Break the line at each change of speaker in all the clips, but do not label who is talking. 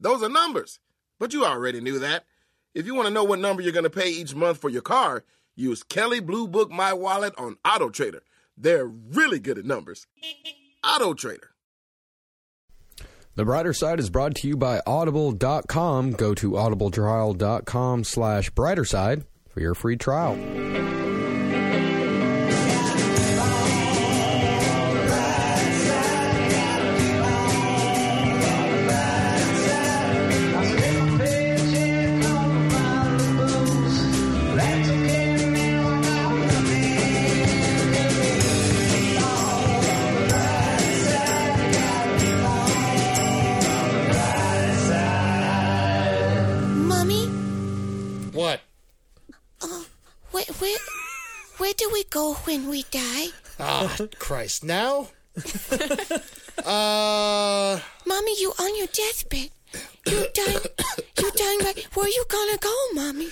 Those are numbers. But you already knew that. If you want to know what number you're going to pay each month for your car, use Kelly Blue Book My Wallet on Auto Trader. They're really good at numbers. Auto Trader.
The Brighter Side is brought to you by Audible.com. Go to audibletrial.com slash brighter side for your free trial.
Mummy,
What?
where, where, where do we go when we die?
Ah, Christ. Now? uh,
Mommy, you on your deathbed. You dying, you dying right. Where you gonna go, Mommy?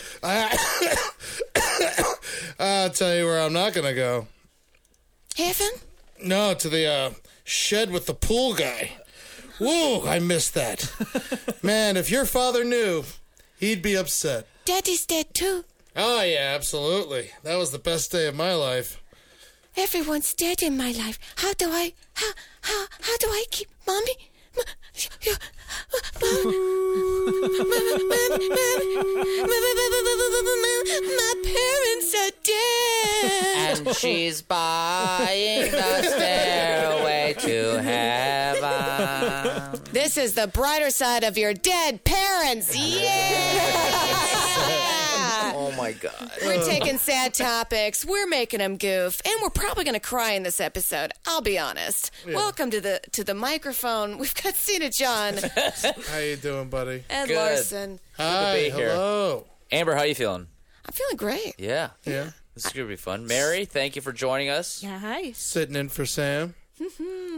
I'll tell you where I'm not going to go.
Heaven?
No, to the uh, shed with the pool guy. Whoa, I missed that. Man, if your father knew, he'd be upset.
Daddy's dead too.
Oh, yeah, absolutely. That was the best day of my life.
Everyone's dead in my life. How do I, how, how, how do I keep, Mommy? M- you- Mommy, Mommy, Mommy, Mommy, Mommy, Mommy, Mommy, Mommy, my parents are dead.
And she's buying the stairway to heaven.
This is the brighter side of your dead parents. Yeah.
Oh my god.
We're taking sad topics, we're making them goof, and we're probably going to cry in this episode. I'll be honest. Welcome to the to the microphone. We've got Cena John
How you doing, buddy?
and
Good.
Larson.
Hi,
be here.
hello.
Amber, how you feeling?
I'm feeling great.
Yeah.
Yeah,
This is gonna be fun. Mary, thank you for joining us.
Yeah, hi.
sitting in for Sam.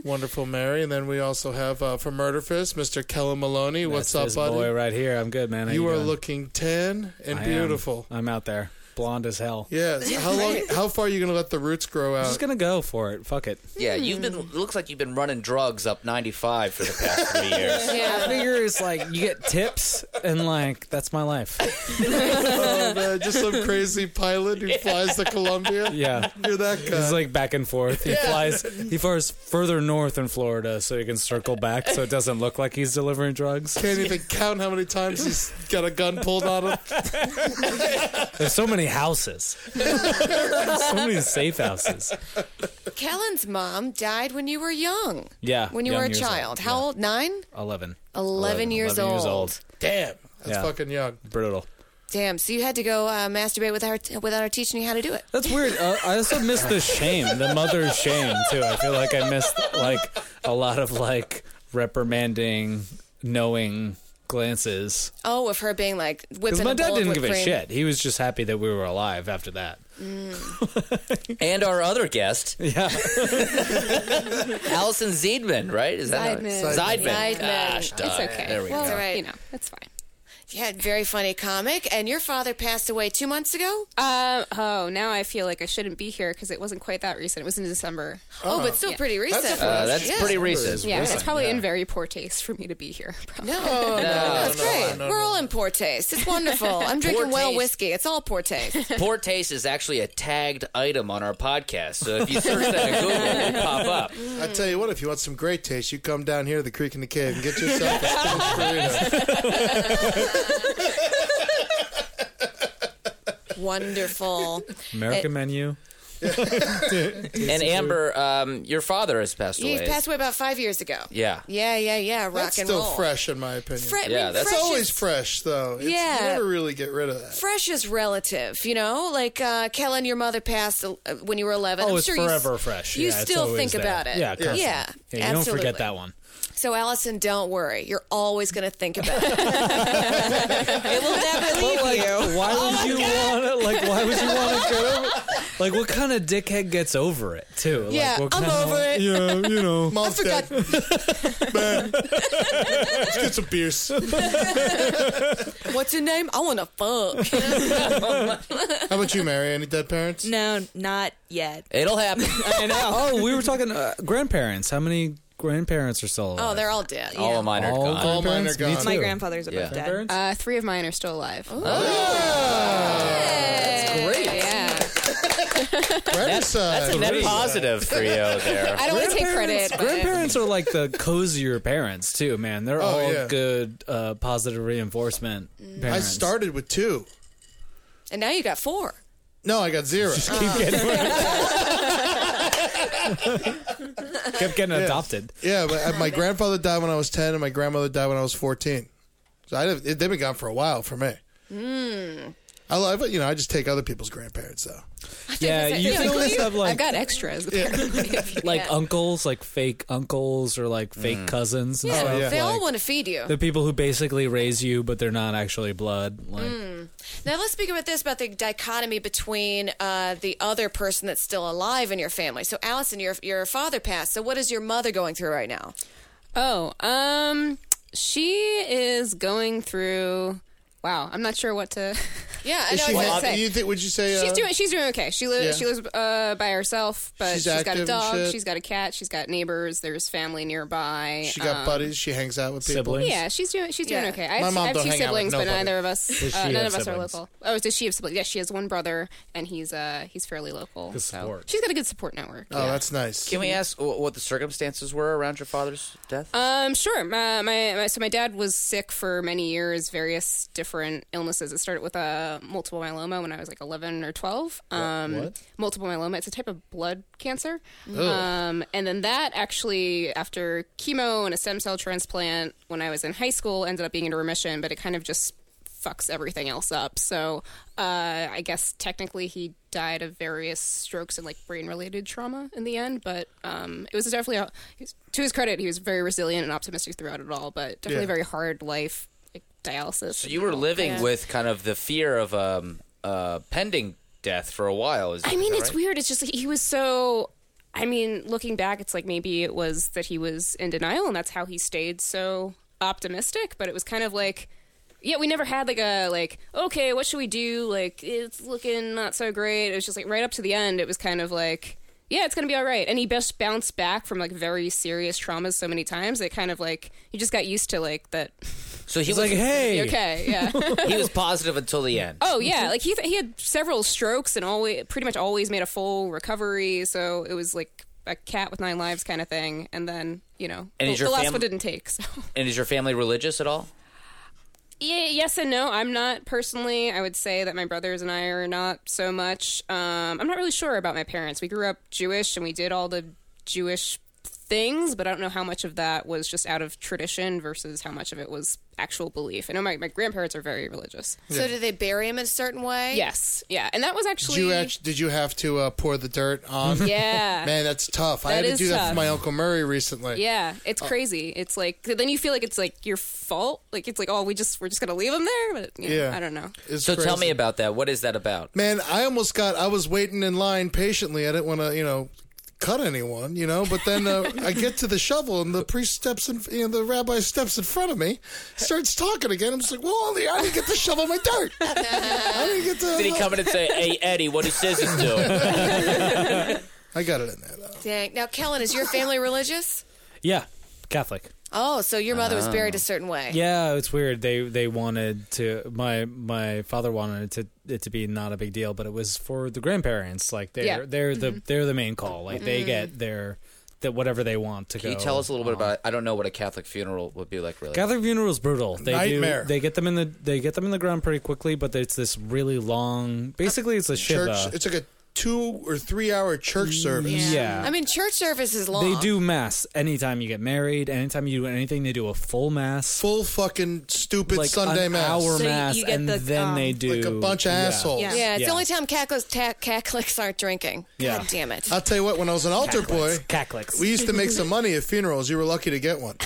Wonderful Mary, and then we also have uh, for Murderfist, Mr. Kellen Maloney. What's
That's
up,
his
buddy?
boy right here. I'm good, man. How
you are
doing?
looking tan and
I am.
beautiful.
I'm out there, blonde as hell.
Yes. How long? How far are you gonna let the roots grow
I'm
out?
just gonna go for it. Fuck it.
Yeah, you've been it looks like you've been running drugs up 95 for the past 3 years.
I figure it's like you get tips, and like that's my life.
Oh, man, just some crazy pilot who flies to Colombia.
Yeah.
You're that guy.
It's like back and forth. He flies. He flies further north in Florida so he can circle back, so it doesn't look like he's delivering drugs.
Can't even count how many times he's got a gun pulled on him.
There's so many houses, so many safe houses.
Kellen's mom died when you were young.
Yeah,
When you
young
were a
years old.
child. How old? Nine?
Eleven.
11 years
11
old.
Damn, that's
Yeah.
fucking young.
Brutal.
Damn. So you had to go uh, masturbate without her, without her teaching you how to do it.
That's weird. Uh, I also miss the shame, the mother's shame too. I feel like I missed like a lot of like reprimanding, knowing glances.
Oh, of her being like
Because
whipping.
my
a
dad
bowl of
didn't
whipped
give a
cream.
shit. He was just happy that we were alive after that.
and our other guest,
Yeah,
Allison Ziedman, right? Is that uh,
Ziedman.
Ziedman.
Ziedman.
Gosh,
It's
darn.
okay.
There we
Well,
go.
all right.
You know, that's fine.
Yeah, very funny comic. And your father passed away two months ago.
Uh, oh, now I feel like I shouldn't be here because it wasn't quite that recent. It was in December.
Oh, but still pretty recent.
That's
Uh, that's
Yeah.
pretty recent.
Yeah, it's probably in very poor taste for me to be here. Probably.
No, no, that's
no,
great.
no,
We're
no.
all in poor taste. It's wonderful. I'm drinking
Poor
well
taste.
whiskey. It's all poor taste.
Poor taste is actually a tagged item on our podcast. So if you search that in Google, it'll pop up.
I tell you what, if you want some great taste, you come down here to the creek in the cave and get yourself a spinach burrito.
wonderful.
American menu.
and Amber, um, your father has passed
He
away.
passed away about five years ago.
Yeah.
Yeah, yeah, yeah. Rock
That's
and
still
roll.
fresh, in my opinion.
Fre- I
Yeah,
mean,
that's
fresh
It's always
is-
fresh, though. It's,
Yeah.
You never really get rid of that.
fresh is relative, you know. Like uh, Kellen, your mother passed uh, when you were eleven.
Oh,
I'm
it's
sure you s-
forever fresh.
You
Yeah, it's
still
always
think
there.
about it.
Yeah, constantly.
yeah.
Yeah, you don't forget
absolutely.
that one.
So, Allison, don't worry. You're always going to think about it. it will never leave you.
Why
Oh
would you want to? Like, why would you want to go? Like, what kind of dickhead gets over it too? Like,
Yeah,
what
I'm
kind
over it.
Yeah, you know.
I
Mom's
forgot.
dead. Let's get some beers.
What's your name? I want to fuck.
How about you, Mary? Any dead parents?
No, not yet.
It'll happen.
I know. Oh, we were talking uh, grandparents. How many grandparents are still alive?
Oh, they're all dead.
All
yeah.
of mine are
All
gone.
All mine are
grandparents? Me
gone.
too.
My grandfathers are
Yeah.
both dead.
Grandparents?
Uh, three of mine are still alive.
Yeah.
That's,
That's a net positive for you there.
I don't want to take credit.
Grandparents- Grandparents are like the cozier parents too, man. They're all
yeah.
good, uh, positive reinforcement.
I
Parents.
started with two.
And now you got four.
No, I got zero. Uh,
Keep getting kept getting adopted.
yeah, but uh, my grandfather died when I was 10, and my grandmother died when I was 14. So I, didn't- it, they've been gone for a while for me.
Hmm.
I love it. You know, I just take other people's grandparents, though.
Yeah, you can always have like
I've got extras. apparently.
like
Oh,
uncles, like fake uncles or like fake cousins. And stuff.
yeah.
They all
like,
want to feed you.
the people who basically raise you, but they're not actually blood. Like,
Mm.
Now let's speak about this about the dichotomy between uh, the other person that's still alive in your family. So, Allison, your your father passed. So, what is your mother going through right now?
oh, um, she is going through. Wow, I'm not sure what to.
Yeah, I know.
she
it's-
gonna
happy?
say.
you think, would you say uh,
Oh, She's doing. She's doing okay. She lives.
Yeah.
She lives uh, by herself, but she's
She's
got a
active and
dog.
shit.
She's got a cat. She's got neighbors. There's family nearby.
she got
um,
buddies? She hangs out with people?
siblings?
Yeah, she's doing. She's doing
Yeah.
okay. I have,
My mom
I have
don't
two
hang out with
siblings, but
nobody.
neither of us.
Does she
Uh,
have
none of us are
siblings?
local. Oh, does she have siblings? Yeah, she has one brother, and he's uh he's fairly local.
Good
so
support.
she's got a good support network.
Oh, that's nice.
Can we ask wh- what the circumstances were around your father's death?
Um, sure. My, my, my so my dad was sick for many years, various different illnesses. It started with uh, multiple myeloma when I was like eleven or twelve. Um, Multiple myeloma. It's a type of blood cancer. Um, and then that actually, after chemo and a stem cell transplant, when I was in high school, ended up being in remission. But it kind of just fucks everything else up. So uh, I guess technically he died of various strokes and like brain related trauma in the end. But um, it was definitely a, he was- to his credit, he was very resilient and optimistic throughout it all. But definitely
Yeah.
a very hard life, like dialysis.
So you were living with kind of the fear of um, uh, pending death for a while. Is
I mean,
is that
it's
right?
weird. It's just like, he was so. I mean, looking back, it's like maybe it was that he was in denial, and that's how he stayed so optimistic. But it was kind of like, yeah, we never had like a like, okay, what should we do? Like, it's looking not so great. It was just like right up to the end. It was kind of like, yeah, it's gonna be all right. And he just bounced back from like very serious traumas so many times. It kind of like you just got used to like that.
So he
He's
was
like, hey,
Okay, yeah.
he was positive until the end.
Oh yeah, like he he had several strokes and always pretty much always made a full recovery. So it was like a cat with nine lives kind of thing. And then you know
And
the,
is your
the last
fam-
one didn't take. So
And is your family religious at all?
yeah, yes and no. I'm not personally. I would say that my brothers and I are not so much. Um, I'm not really sure about my parents. We grew up Jewish and we did all the Jewish things, but I don't know how much of that was just out of tradition versus how much of it was actual belief. I know my, my grandparents are very religious.
So, do they bury him in a certain way?
Yes, yeah, and that was
Did
actually.
you, act, did you have to uh, pour the dirt on?
yeah.
Man, that's tough. I
That
had to
is
do that for
tough.
my Uncle Murray recently. Oh.
Yeah, it's crazy. It's like then you feel like it's like your fault. Like it's like oh we just we're just gonna leave him there. But you know,
Yeah.
I don't know.
It's
So tell
crazy.
me about that. What is that about?
Man, I almost got. I was waiting in line patiently. I didn't want to, you know, cut anyone, you know. But then uh, I get to the shovel, and the priest steps in. You know, the rabbi steps in front of me, starts talking again. I'm just like, well, only I didn't get to shovel my dirt. I didn't get to.
Did he come in and say, "Hey Eddie, what do scissors do?"
I got it in there though.
Dang. Now, Kellen, is your family religious?
yeah, Catholic.
Oh, so your mother was buried a certain way.
Yeah, it's weird. They they wanted to my my father wanted it to it to be not a big deal, but it was for the grandparents. Like they're
Yeah. Mm-hmm.
they're the they're the main call. Like they get their that whatever they want to
Can
go.
you tell us a little bit about? I don't know what a Catholic funeral would be like, really.
Catholic funerals brutal. They
Nightmare.
do. They get them in the they get them in the ground pretty quickly, but it's this really long. Basically, it's a
Church.
shiva.
It's like a two or three hour church service.
Yeah.
I mean, church service is long.
They do mass anytime you get married, anytime you do anything, they do a full mass.
Full fucking stupid
like
Sunday
an
mass.
hour
So you-
mass,
you get
and
the,
then
um,
they do
Like a bunch of
yeah.
assholes.
Yeah.
Yeah, it's
Yeah.
the only time Catholics, ta- Catholics aren't drinking.
Yeah. Uh,
God damn it.
I'll tell you what, when I was an altar boy,
Catholics.
we used to make some money at funerals. You were lucky to get one.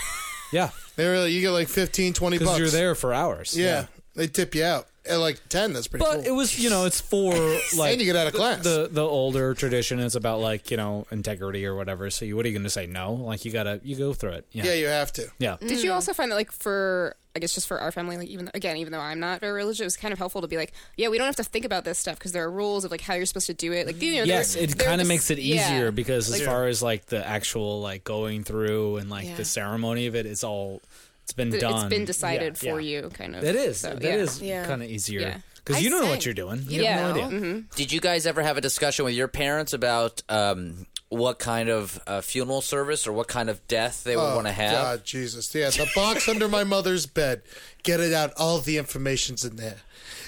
yeah,
They were like, you get like 15, 20
because
bucks.
you're there for hours.
Yeah. They tip you out at like 10. That's pretty
But
cool.
it was, you know, it's for like
And you get out of
the-
class.
The, the older tradition is about like you know integrity or whatever. So you, what are you going to say? No, like you gotta you go through it. Yeah,
yeah, you have to.
yeah.
Did you also find that like for I guess just for our family, like even again, even though I'm not very religious, it was kind of helpful to be like, yeah, we don't have to think about this stuff because there are rules of like how you're supposed to do it. Like you know,
yes,
they're-
it
they're
kind of
just-
makes it
yeah.
easier because as
Like-
far as like the actual like going through and like
Yeah.
the ceremony of it, it's all it's been
th-
done.
it's been decided
Yeah,
for
yeah.
you, kind of.
It is.
So,
That is
yeah.
Yeah.
kind of easier
Yeah.
I
because you don't know what
sang.
you're doing. You
Yeah.
have no idea.
Did you guys ever have a discussion with your parents about um, what kind of uh, funeral service or what kind of death they would want to have?
Oh, God, Jesus. Yeah, the box under my mother's bed. Get it out. All the information's in there.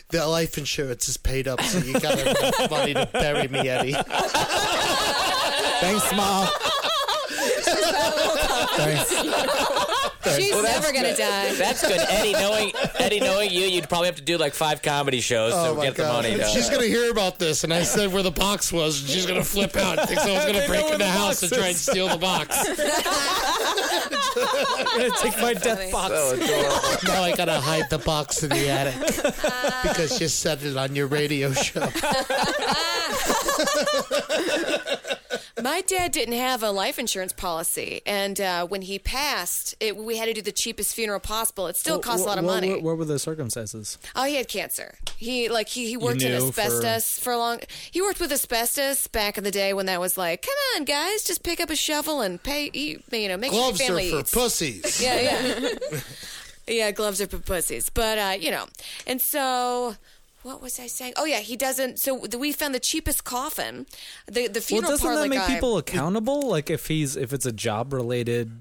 The life insurance is paid up, so you got enough money to bury me, Eddie.
Thanks, mom.
She's never going to die.
That's good, Eddie. Knowing Eddie, knowing you, you'd probably have to do like five comedy shows
Oh,
to
my
get the
God.
money. though.
she's going to hear about this, and I said where the box was, and she's going to flip out and think someone's going to break
where
in the
the
house
box
and try and steal the box.
I'm gonna take my death box.
So adorable.
now I got to hide the box in the attic because you said it on your radio show.
My dad didn't have a life insurance policy, and uh, when he passed, it, we had to do the cheapest funeral possible. It still cost a lot of
What-
money.
What, what were the circumstances?
Oh, he had cancer. He like he, he worked in
knew for-
asbestos for... a long. He worked with asbestos back in the day when that was like, come on guys, just pick up a shovel and pay. Eat, you know, make
Gloves
sure
are
your family
for
eats.
pussies.
yeah, yeah, yeah. Gloves are for pussies, but uh, you know, and so. What was I saying? Oh yeah, he doesn't. So th- we found the cheapest coffin. The the
Well,
funeral
doesn't
parlor
that make
guy.
people accountable? Like if he's if it's a job related.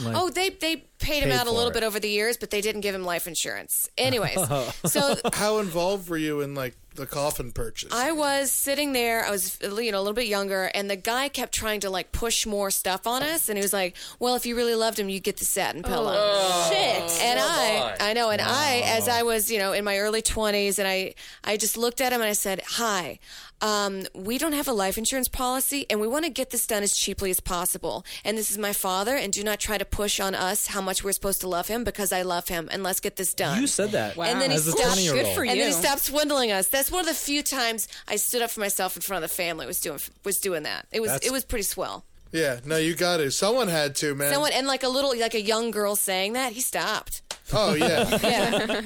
Like,
Oh, they they paid him
Paid
out a
for
little
it.
bit over the years, but they didn't give him life insurance. Anyways, so
How involved were you in like the coffin purchase?
I was sitting there. I was, you know, a little bit younger, and the guy kept trying to like push more stuff on us, and he was like, "Well, if you really loved him, you'd get the satin pillow."
Shit.
and
on.
I, I know, and I, as I was, you know, in my early twenties, and I, I just looked at him and I said, "Hi, um, we don't have a life insurance policy, and we want to get this done as cheaply as possible. And this is my father, and do not try to push on us how much we're supposed to love him because I love him, and let's get this done."
you said that.
Wow.
And then he
As a
stopped.
20-year-old.
Good for
Uh, and then he
you.
stopped swindling us. That's one of the few times I stood up for myself in front of the family. Was doing was doing that. It was
That's-
it was pretty swell.
yeah, no, you got to. Someone had to, man.
Someone and like a little like a young girl saying that he stopped.
Oh yeah.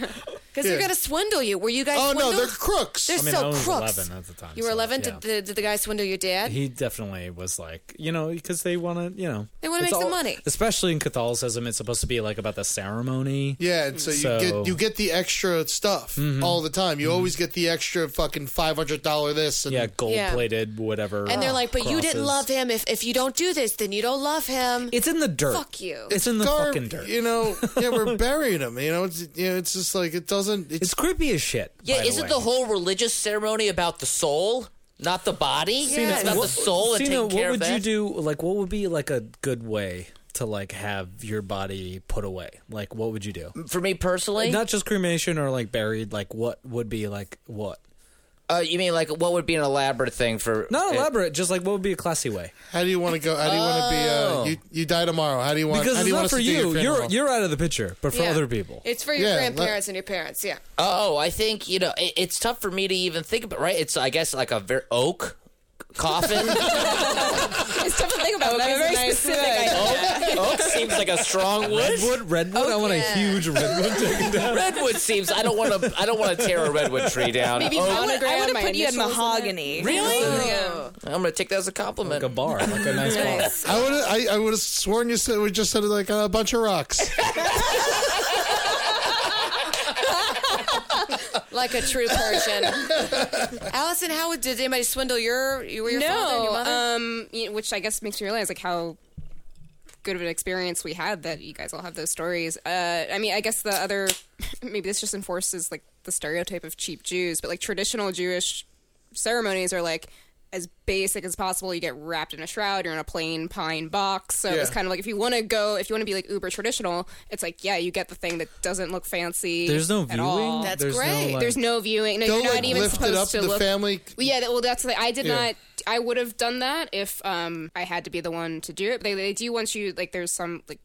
Yeah, because they're
Yeah.
gonna swindle you. Were you guys?
Oh no,
swindled?
they're crooks.
They're
I mean,
so
I was
crooks.
11 at the time,
You were
so,
11.
yeah.
Did, the, did the guy swindle your dad?
He definitely was like, you know, because they want to, you know,
They wanna
it's
make some
all-
money.
Especially in Catholicism, it's supposed to be like about the ceremony.
Yeah, and so you
So- Mm-hmm.
get you get the extra stuff all the time. You always get the extra fucking five hundred dollar this and
Yeah, gold plated, whatever.
and they're like, but you didn't
crosses.
love him. If if you don't do this, then you don't love him.
It's in the dirt.
Fuck you.
It's in the
Gar-
fucking dirt.
You know, yeah, we're burying them. You know, it's you know, it's just like it doesn't. It's,
it's creepy as shit.
yeah,
by
isn't
way.
the whole religious ceremony about the soul, not the body?
Cena,
it's about the
what-
soul and
Cena,
taking care
what
of
would
that.
you do? Like, what would be like a good way to like have your body put away? Like, what would you do?
For me personally,
Not just cremation or like buried. Like, what would be like what?
uh, you mean like what would be an elaborate thing for?
Not
it-
elaborate. Just like what would be a classy way?
how do you want to go? How do you want to be? Uh, you you die tomorrow. How do you want?
Oh. Because
how do
it's
you want us
not for
to do
you.
your
You're
funeral?
you're out of the picture, but for
Yeah.
other people.
It's for your
Yeah, let-
grandparents and your parents. Yeah.
Oh, I think you know it, it's tough for me to even think about. Right? It's I guess like a ver- oak coffin.
It's tough to think about. but That was very specific.
oak, oak seems like a strong wood.
Redwood, redwood. I want
yeah.
a huge redwood taken down.
Redwood seems. I don't want to. I don't want to tear a redwood tree down.
Maybe
Oak-
I would,
monogram,
I would
my
have put you in
initials in it.
mahogany.
really?
Oh,
Yeah.
I'm gonna take that as a compliment.
Like a bar, like a nice bar.
I would I, I would have sworn you said we just said like uh, a bunch of rocks.
Like a true Persian. Allison, how would, did anybody swindle your you were your father and your mother?
No, um, y- which I guess makes me realize like how good of an experience we had that you guys all have those stories. Uh, I mean, I guess the other maybe this just enforces like the stereotype of cheap Jews, but like traditional Jewish ceremonies are like
as basic as possible. You get wrapped in a shroud. You're in a plain pine box. So it's
Yeah.
kind of like if you want to go, if you want to be like uber traditional, it's like yeah, you get the thing that doesn't look fancy.
There's no
at all.
viewing? That's There's no, great. like-
There's no viewing. No,
Don't,
you're not
like,
even
lift it
supposed
up
to
to the
look.
family?
Well, yeah. that- Well, that's the, I did
Yeah.
not. I would have done that if um I had to be the one to do it. But they, they do want you like there's some like.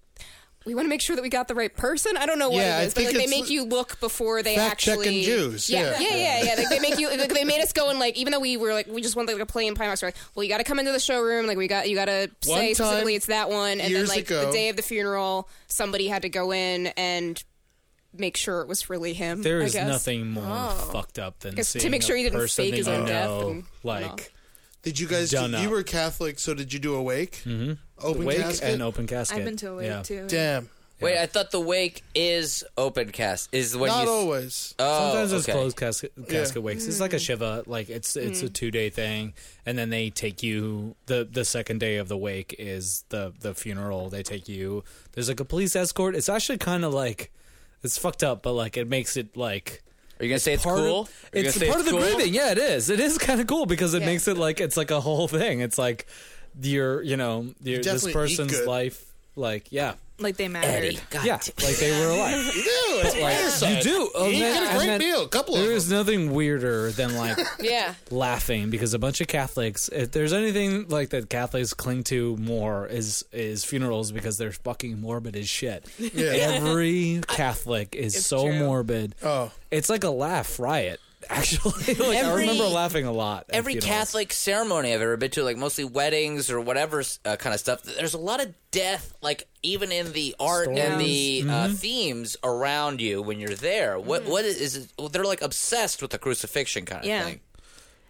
We want to make sure that we got the right person. I don't know what
Yeah,
it
I
is, but
think
like they
it's-
make you look before they
Fact-checking
actually.
Jews,
Yeah,
yeah.
yeah, yeah, yeah. Like they make you. Like, they made us go and like even though we were like we just wanted like a plain pie box. We're like, well, you got to come into the showroom. Like we got you got to
One
say
time,
specifically it's that one. And then
years
like
ago-
the day of the funeral, somebody had to go in and make sure it was really him.
There
I
is
guess.
nothing more fucked up than
Because to
seeing
make sure
a
he didn't
person
fake
that
his
you
own death
know,
and all.
like
Did you guys?
Done
do-
up.
you were Catholic, so did you do a wake? Mm-hmm. Open
wake
casket?
and open casket.
I've been to a wake
yeah.
too.
Damn.
Wait, I thought the wake is open cast. Is when
Not
you,
always.
Oh,
Sometimes it's
okay.
closed casket, casket wakes. It's like a shiva, like it's it's a two day thing, and then they take you. the The second day of the wake is the the funeral. They take you. There's like a police escort. It's actually kind of like it's fucked up, but like it makes it like
Are you gonna say it's
part
cool?
of
Are you
it's
gonna say
part of the
cool?
grieving. Yeah, it is. It is kind of cool because it
Yeah.
makes it like it's like a whole thing. It's like you're you know you're, this
definitely eat
person's
good.
life. Like yeah,
Like they mattered.
yeah, like they were alive.
You do. It's
You do. Oh,
You
man,
get a
I
great
meant-
meal. A couple of
There
them.
is nothing weirder than like
Yeah.
laughing because a bunch of Catholics. If there's anything like that Catholics cling to more is is funerals because they're fucking morbid as shit. Every Catholic is so
true.
morbid.
Oh.
it's like a laugh riot. Actually, like, I
Every-
remember laughing a lot. at
Every
funerals.
Catholic ceremony I've ever been to, like mostly weddings or whatever uh, kind of stuff, there's a lot of death, like even in the art and the uh, themes around you when you're there. What what is, is it, they're like obsessed with the crucifixion kind of
Mm-hmm. Yeah.
thing.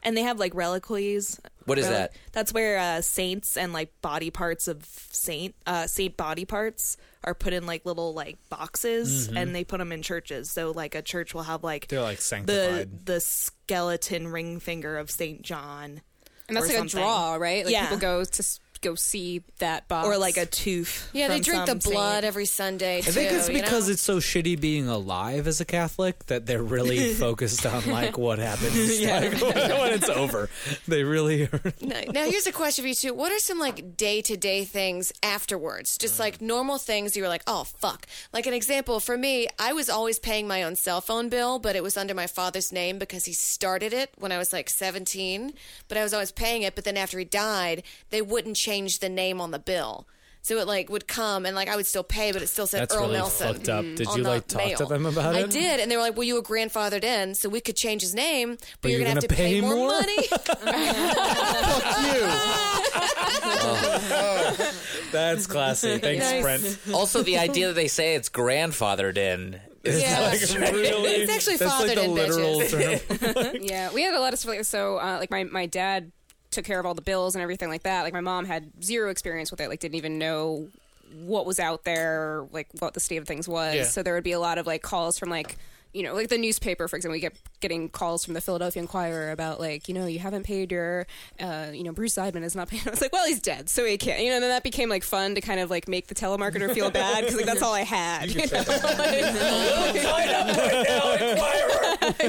And they have like reliquies.
What is
Relic-
that?
That's where uh, saints and like body parts of saint uh, saint body parts are put in like little like boxes, and they put them in churches. So like a church will have like
They're, like, sanctified.
The the skeleton ring finger of Saint John,
And that's
or
like
something.
a draw, right? Like
Yeah.
people go to s- go see that box,
or like a tooth.
Yeah, they
from
drink the
some saint.
blood every Sunday.
I think
too,
it's
you
because
know?
it's so shitty being alive as a Catholic that they're really focused on like what happens like, when it's over. They really are
Now- Now, here's a question for you two. What are some like day to day things afterwards? Just like normal things you were like, oh, fuck. Like an example for me, I was always paying my own cell phone bill, but it was under my father's name because he started it when I was like 17. But I was always paying it. But then after he died, they wouldn't change the name on the bill. So it like would come and like I would still pay, but it still said
That's
Earl
really
Nelson.
fucked up. Did
on
you,
the
like, talk to
mail.
them about
I
it?
did, and they were like, "Well, you were grandfathered in, so we could change his name, but, you're,
you're
gonna, have
gonna
to pay,
pay
more,
more?"
money."
Fuck
That's classy. Thanks,
Nice.
Brent.
Also, the idea that they say it's grandfathered in. Is
Yeah.
like,
It's
really,
It's actually
that's like
fathered
the
in
literal term.
yeah. We had a lot of stuff like so. Uh, like my my dad took care of all the bills and everything like that. Like my mom had zero experience with it. Like didn't even know what was out there, like what the state of things was.
Yeah.
So there would be a lot of like calls from like. You know, like the newspaper, for example, we get getting calls from the Philadelphia Inquirer about like, you know, you haven't paid your, uh, you know, Bruce Seidman is not paying. I was like, well, he's dead, so he can't. You know, and then that became like fun to kind of like make the telemarketer feel bad because like that's all I had. you know?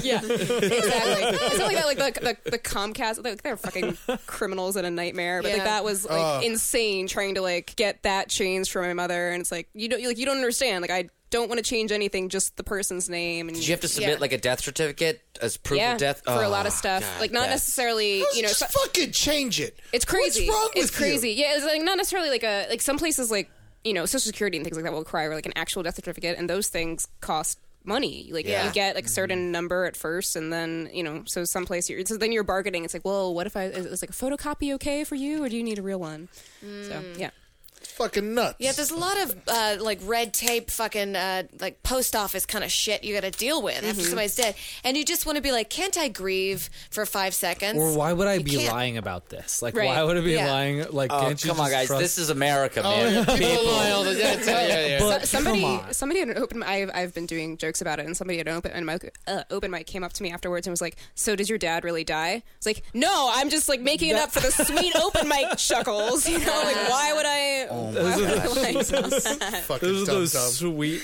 yeah, exactly. It's not like that, like the, the, the Comcast, like, they're fucking criminals in a nightmare. But
Yeah.
like that was like insane trying to like get that changed for my mother, and it's like you don't, like you don't understand. Like I don't want to change anything, just the person's name. And
Did you have to submit
Yeah.
like a death certificate as proof
yeah
of death
for a
Oh,
lot of stuff?
God,
like not
that's-
necessarily,
you.
you know.
just
so-
fucking change it.
it's crazy.
What's wrong with
it's crazy. Yeah, it's like not necessarily like a like some places like you know social security and things like that will require like an actual death certificate, and those things cost money. Like
Yeah.
you get like a certain number at first, and then you know so someplace you're so then you're bargaining. It's like, well, what if I is, is like a photocopy okay for you, or do you need a real one? Mm. So yeah.
It's fucking nuts.
Yeah, there's a lot of uh, like red tape, fucking uh, like post office kind of shit you got to deal with
Mm.
Mm-hmm.
after somebody's dead, and you just want to be like, can't I grieve for five seconds?
Or why would I
You
be
can't.
lying about this? Like,
Right.
why would I be
Yeah.
lying? Like,
Oh,
can't you
come on,
just
guys.
trust-
This is America, man. People. Yeah, yeah, yeah.
But
So- somebody,
come on.
somebody at an open mic. I've, I've been doing jokes about it, and somebody at an open and mic, uh, open mic came up to me afterwards and was like, "So did your dad really die?" I was like, "No, I'm just like making it up for the sweet open mic chuckles. You know, like why would I?" why would I lie?"
fucking
Those are
dumb,
those
dumb.
sweet.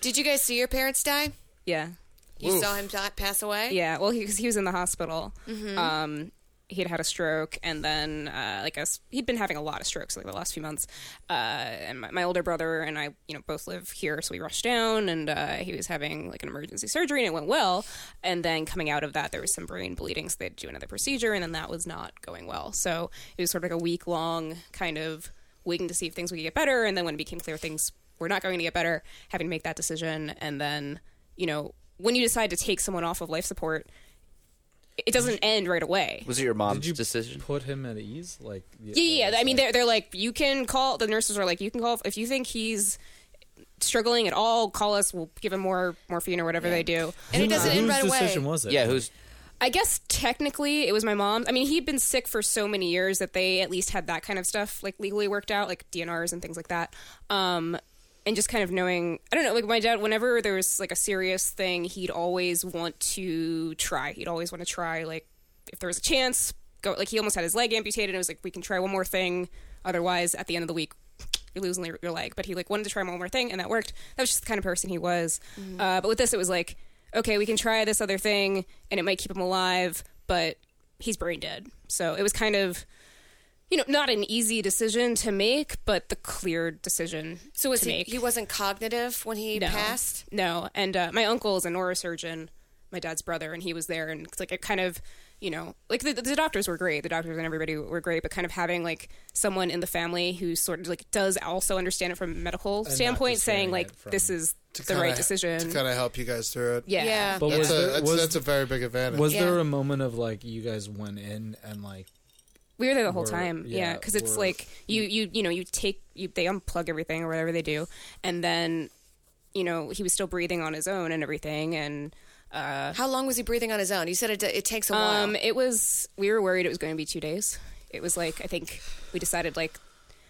Did you guys see your parents die?
yeah,
You saw him die, pass away.
yeah. Well, because he, was in the hospital, um, he'd had a stroke and then uh, like a, s- he'd been having a lot of strokes like the last few months uh, and my, my older brother and i you know both live here so we rushed down and uh, he was having like an emergency surgery and it went well and then coming out of that there was some brain bleeding so they had to do another procedure and then that was not going well so it was sort of like a week long kind of waiting to see if things would get better and then when it became clear things were not going to get better having to make that decision and then you know when you decide to take someone off of life support it doesn't end right away
Was it your mom's
you
decision?
Put him at ease, like
yeah, yeah. yeah. I mean, they're they're like, you can call. The nurses are like, you can call if you think he's struggling at all. Call us. We'll give him more morphine or whatever they do.
And it doesn't end
Whose
right away.
decision was it?
Yeah, who's
I guess technically it was my mom. I mean, he'd been sick for so many years that they at least had that kind of stuff like legally worked out, like DNRs and things like that. Um, and just kind of knowing, I don't know, like my dad, whenever there was like a serious thing, he'd always want to try. He'd always want to try, like, if there was a chance, go, like, he almost had his leg amputated. And it was like, we can try one more thing. Otherwise, at the end of the week, you're losing your your leg. But he like wanted to try one more thing, and that worked. That was just the kind of person he was.
Mm-hmm.
Uh, but with this, it was like, okay, we can try this other thing, and it might keep him alive, but he's brain dead. So it was kind of, you know, not an easy decision to make, but the clear decision.
So was
to
he,
make.
he wasn't cognitive when he
No.
passed?
No, and uh, my uncle is a neurosurgeon, my dad's brother, and he was there, and it's like it kind of, you know, like the, the doctors were great, the doctors and everybody were great, but kind of having like someone in the family who sort of like does also understand it from a medical standpoint,
just
saying
hearing
like
it from-
this is the
Kinda-
right decision.
to kind of help you guys through it.
yeah.
Yeah.
But
that's,
was
a,
there,
that's,
was,
that's a very big advantage.
was there
Yeah.
a moment of like you guys went in and like
we were there the whole
Were-
time. Yeah,
yeah,
because it's
were-
like you you you know you take you they unplug everything or whatever they do, and then you know he was still breathing on his own and everything, and
How long was he breathing on his own? You said it, it takes a while.
Um, it was. We were worried it was going to be two days. It was like I think we decided like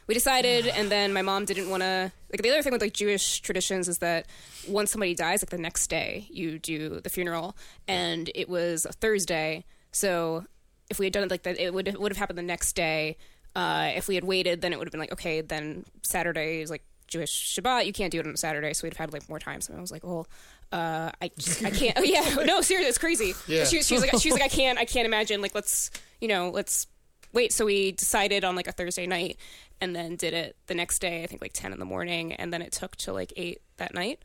we decided, and then my mom didn't want to. Like the other thing with like Jewish traditions is that once somebody dies, like the next day you do the funeral, and it was a Thursday. So if we had done it like that, it would would have happened the next day. Uh, if we had waited, then it would have been like okay, then Saturday is like. Jewish Shabbat, you can't do it on a Saturday, so we'd have had like more time. So I was like, "Well, uh, I, I can't." Oh yeah, no, seriously, it's crazy.
Yeah.
She, she was like, she was like, I can't, I can't imagine. Like, let's, you know, let's wait. So we decided on like a Thursday night, and then did it the next day. I think like ten in the morning, and then it took till like eight that night.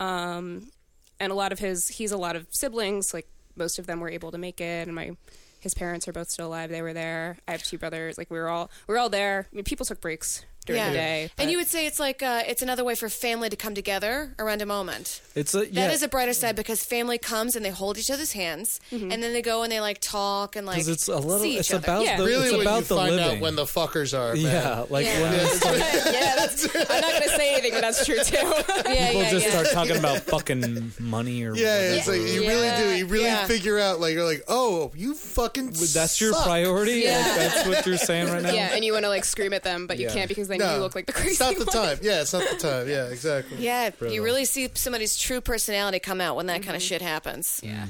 Um, and a lot of his, he's a lot of siblings. Like most of them were able to make it, and my, his parents are both still alive. They were there. I have two brothers. Like we were all, we were all there. I mean, people took breaks during the day.
and
but-
you would say it's like uh, it's another way for family to come together around a moment.
it's a
That
yeah,
is a brighter side because family comes and they hold each other's hands,
Mm-hmm.
and then they go and they like talk and like
because it's a little
see each
it's
other.
about
Yeah.
the
really
it's
when
about
you
the
find
living.
out when the fuckers are. man.
yeah, Uh, like when it's like,
yeah, that's, I'm not gonna say anything, but that's true too.
yeah,
people
yeah,
just
yeah.
start talking about fucking money or
Yeah,
whatever.
it's like you
Yeah.
really do. You really
Yeah.
figure out like you're like, oh, you fucking.
that's your
suck.
priority.
Yeah.
Like, that's what you're saying right now.
yeah, and you want to like scream at them, but you
Yeah.
can't because then
No,
you look like the crazy.
It's not the
one.
time. Yeah, it's not the time. Yeah, exactly.
Yeah, you really see somebody's true personality come out when that kind
Mm-hmm.
of shit happens. Yeah.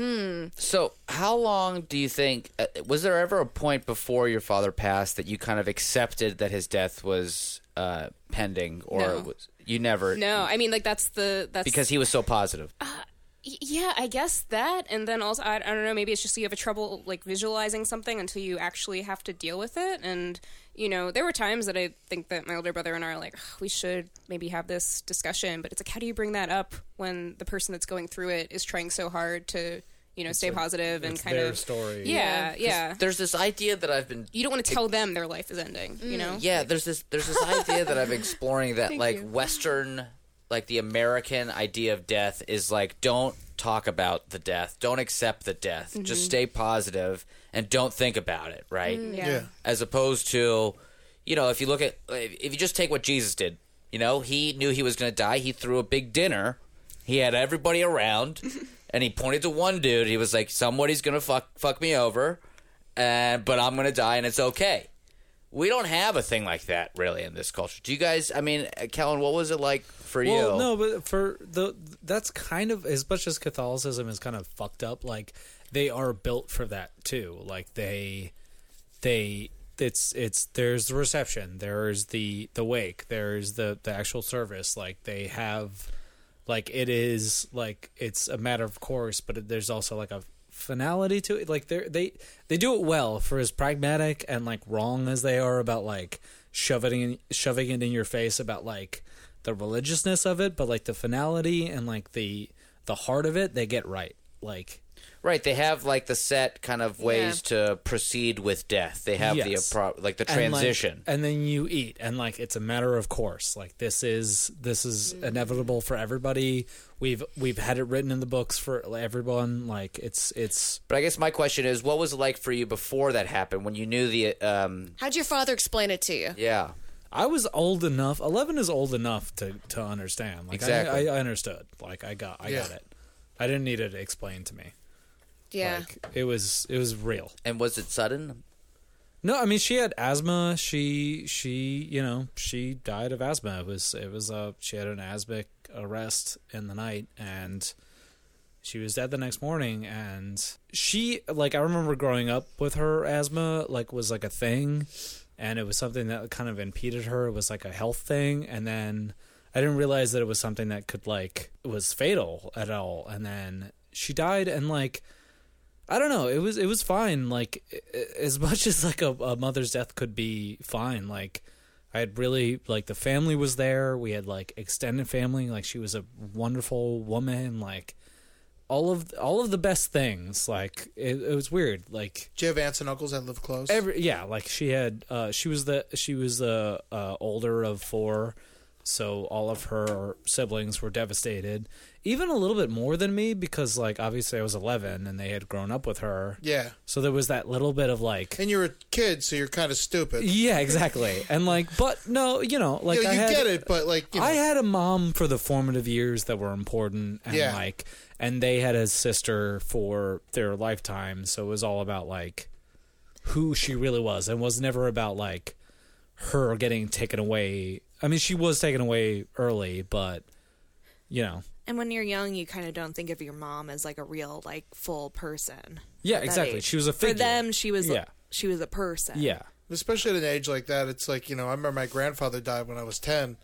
So, how long do you think uh, was there ever a point before your father passed that you kind of accepted that his death was uh, pending, or
No.
was, you never?
No, I mean like that's the that's
because he was so positive.
yeah, I guess that, and then also I, I don't know, maybe it's just you have a trouble like visualizing something until you actually have to deal with it, and you know there were times that I think that my older brother and I are like "Ugh, we should maybe have this discussion, but it's like how do you bring that up when the person that's going through it is trying so hard to you know stay positive and
it's
kind
their
of
story.
yeah yeah.
There's this idea that I've been
You don't want to tell them their life is ending, you know?
yeah there's this there's this idea that i've been exploring that like western like the american idea of death is like don't talk about the death don't accept the death just
Mm-hmm.
stay positive and don't think about it right
Mm,
Yeah.
as opposed to you know if you look at if you just take what jesus did you know he knew he was going to die he threw a big dinner he had everybody around and he pointed to one dude he was like somebody's going to fuck fuck me over and but i'm going to die and it's okay we don't have a thing like that really in this culture do you guys i mean uh, kellen what was it like for
Well,
you
no, but for the that's kind of as much as Catholicism is kind of fucked up. Like they are built for that too. Like they they it's it's there's the reception, there's the the wake, there's the the actual service. Like they have like it is like it's a matter of course, but there's also like a finality to it. Like they they they do it well for as pragmatic and like wrong as they are about like shoving in, shoving it in your face about like the religiousness of it, but like the finality and like the the heart of it, they get right. Like
Right, they have like the set kind of ways to proceed with death. They have
Yes.
the appro- like the
And, like-
transition.
and, then you eat and like it's a matter of course like this is this is inevitable for everybody we've we've had it written in the books for everyone like it's it's
but I guess my question is, what was it like for you before that happened? When you knew the um,
How'd your father explain it to you?
yeah,
i was old enough 11 is old enough to to understand like I-
Exactly.
I, I, understood like i got i got
Yeah.
it i didn't need it explained to me
Yeah.
it was it was real
and was it sudden?
no i mean she had asthma she she you know she died of asthma it was it was uh she had an asthmatic arrest in the night and she was dead the next morning and she like i remember growing up with her asthma like was like a thing and it was something that kind of impeded her it was like a health thing and then i didn't realize that it was something that could like was fatal at all and then she died and like i don't know it was it was fine like i- i- as much as like a, a mother's death could be fine like I had really like the family was there. We had like extended family. Like she was a wonderful woman. Like all of all of the best things. Like it, it was weird. Like
Do you have aunts and uncles that live close?
every yeah, like she had uh, she was the she was the uh, older of four, so all of her siblings were devastated. Even a little bit more than me because like obviously I was eleven and they had grown up with her.
yeah.
So there was that little bit of like
And you're a kid, so you're kind of stupid.
yeah, exactly. And like, but no, you know, like
Yeah,
I
you
had,
get it, but, like, you know.
I had a mom for the formative years that were important, and
Yeah.
like, and they had a sister for their lifetime, so it was all about like who she really was, and was never about like her getting taken away. I mean, she was taken away early, but you know,
And when you're young, you kind of don't think of your mom as like a real, like full person.
Yeah,
at that
exactly.
age.
She was a figure.
For them, she was
Yeah.
she was a person.
yeah.
Especially at an age like that, it's like, you know, I remember my grandfather died when I was 10,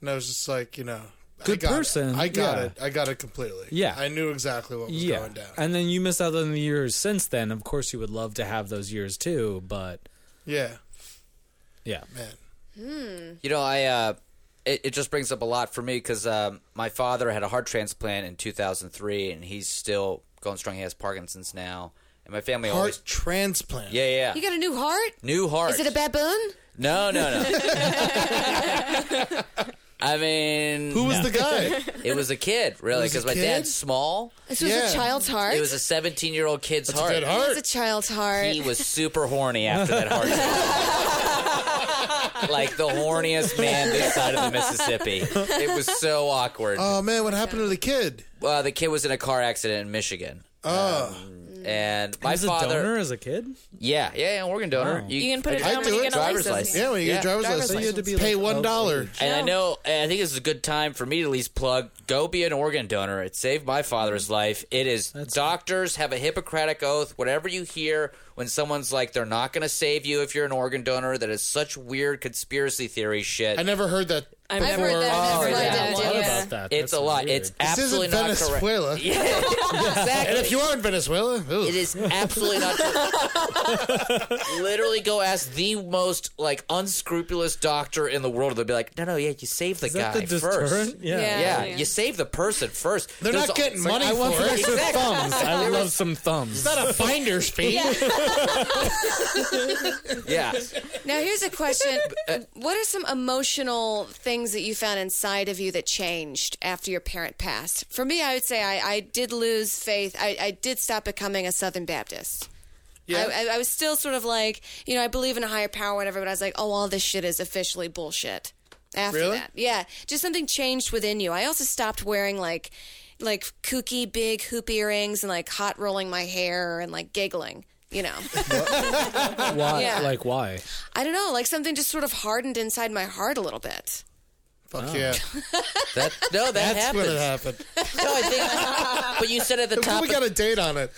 and I was just like, you know,
Good
I got
person,
It. I got
yeah.
it. I got it completely.
Yeah.
I knew exactly what was
yeah.
going down.
And then you miss out on the years since then. Of course, you would love to have those years too, but
Yeah.
yeah.
You know, I uh, it, it just brings up a lot for me because um, my father had a heart transplant in 2003, and he's still going strong. He has Parkinson's now, and my family
Heart
always
transplant.
yeah yeah
uh,
You got a new heart?
new heart.
Is it a baboon?
no no no. I mean,
Who was the guy?
It was a kid, really,
It was a
because my
kid?
dad's small.
This was
Yeah.
a child's heart.
It was a 17 year old kid's heart.
Good
It was
heart.
a child's heart.
He was super horny after that heart. attack. like the horniest man this side of the Mississippi. It was so awkward.
Oh, man, what happened to the kid?
Uh, the kid was in a car accident in Michigan. Oh. and my
As a
father.
donor as a kid?
Yeah, yeah, yeah, organ donor.
You can put it
I'd
down
do
when you
it.
get a
Driver's
license.
license.
Yeah, when you
Yeah.
get a driver's
Driver's
license,
license.
to be
pay
like,
$1. dollar.
And I know, and I think this is a good time for me to at least plug go be an organ donor. It saved my
Mm.
father's life. It is doctors have a Hippocratic oath. Whatever you hear when someone's like, they're not going to save you if you're an organ donor, that is such weird conspiracy theory shit.
I never heard that.
I've heard that.
Oh,
That's what I
yeah.
did,
What
yeah.
about that?
it's
That's
a lot.
weird.
It's
This
absolutely
isn't
not correct.
Venezuela.
Exactly.
And if you are in Venezuela, ooh.
It is absolutely not true. Literally, go ask the most like unscrupulous doctor in the world. They'll be like, "No, no, yeah, you save the
Is
guy
that the
first.
deterrent? Yeah.
Yeah.
Yeah, you save the person first.
They're
There's
not
a-
getting
it's like,
money
I want
for it.
the- Exactly.
Thumbs. I love some thumbs.
It's not a finder's fee.
Yeah,
Now here's a question: Uh, What are some emotional things that you found inside of you that changed after your parent passed? For me, I would say I, I did lose faith. I, I did stop becoming a Southern Baptist.
Yeah.
I, I, I was still sort of like, you know, I believe in a higher power, whatever. But I was like, oh, all this shit is officially bullshit. After
Really?
that, yeah, just something changed within you. I also stopped wearing like, like kooky big hoop earrings and like hot rolling my hair and like giggling. You know.
why?
Yeah.
Like why?
I don't know, like something just sort of hardened inside my heart a little bit.
Fuck yeah.
that no, that
That's
happens.
what it happened.
No, I think, but you said at the top,
we got a date on it.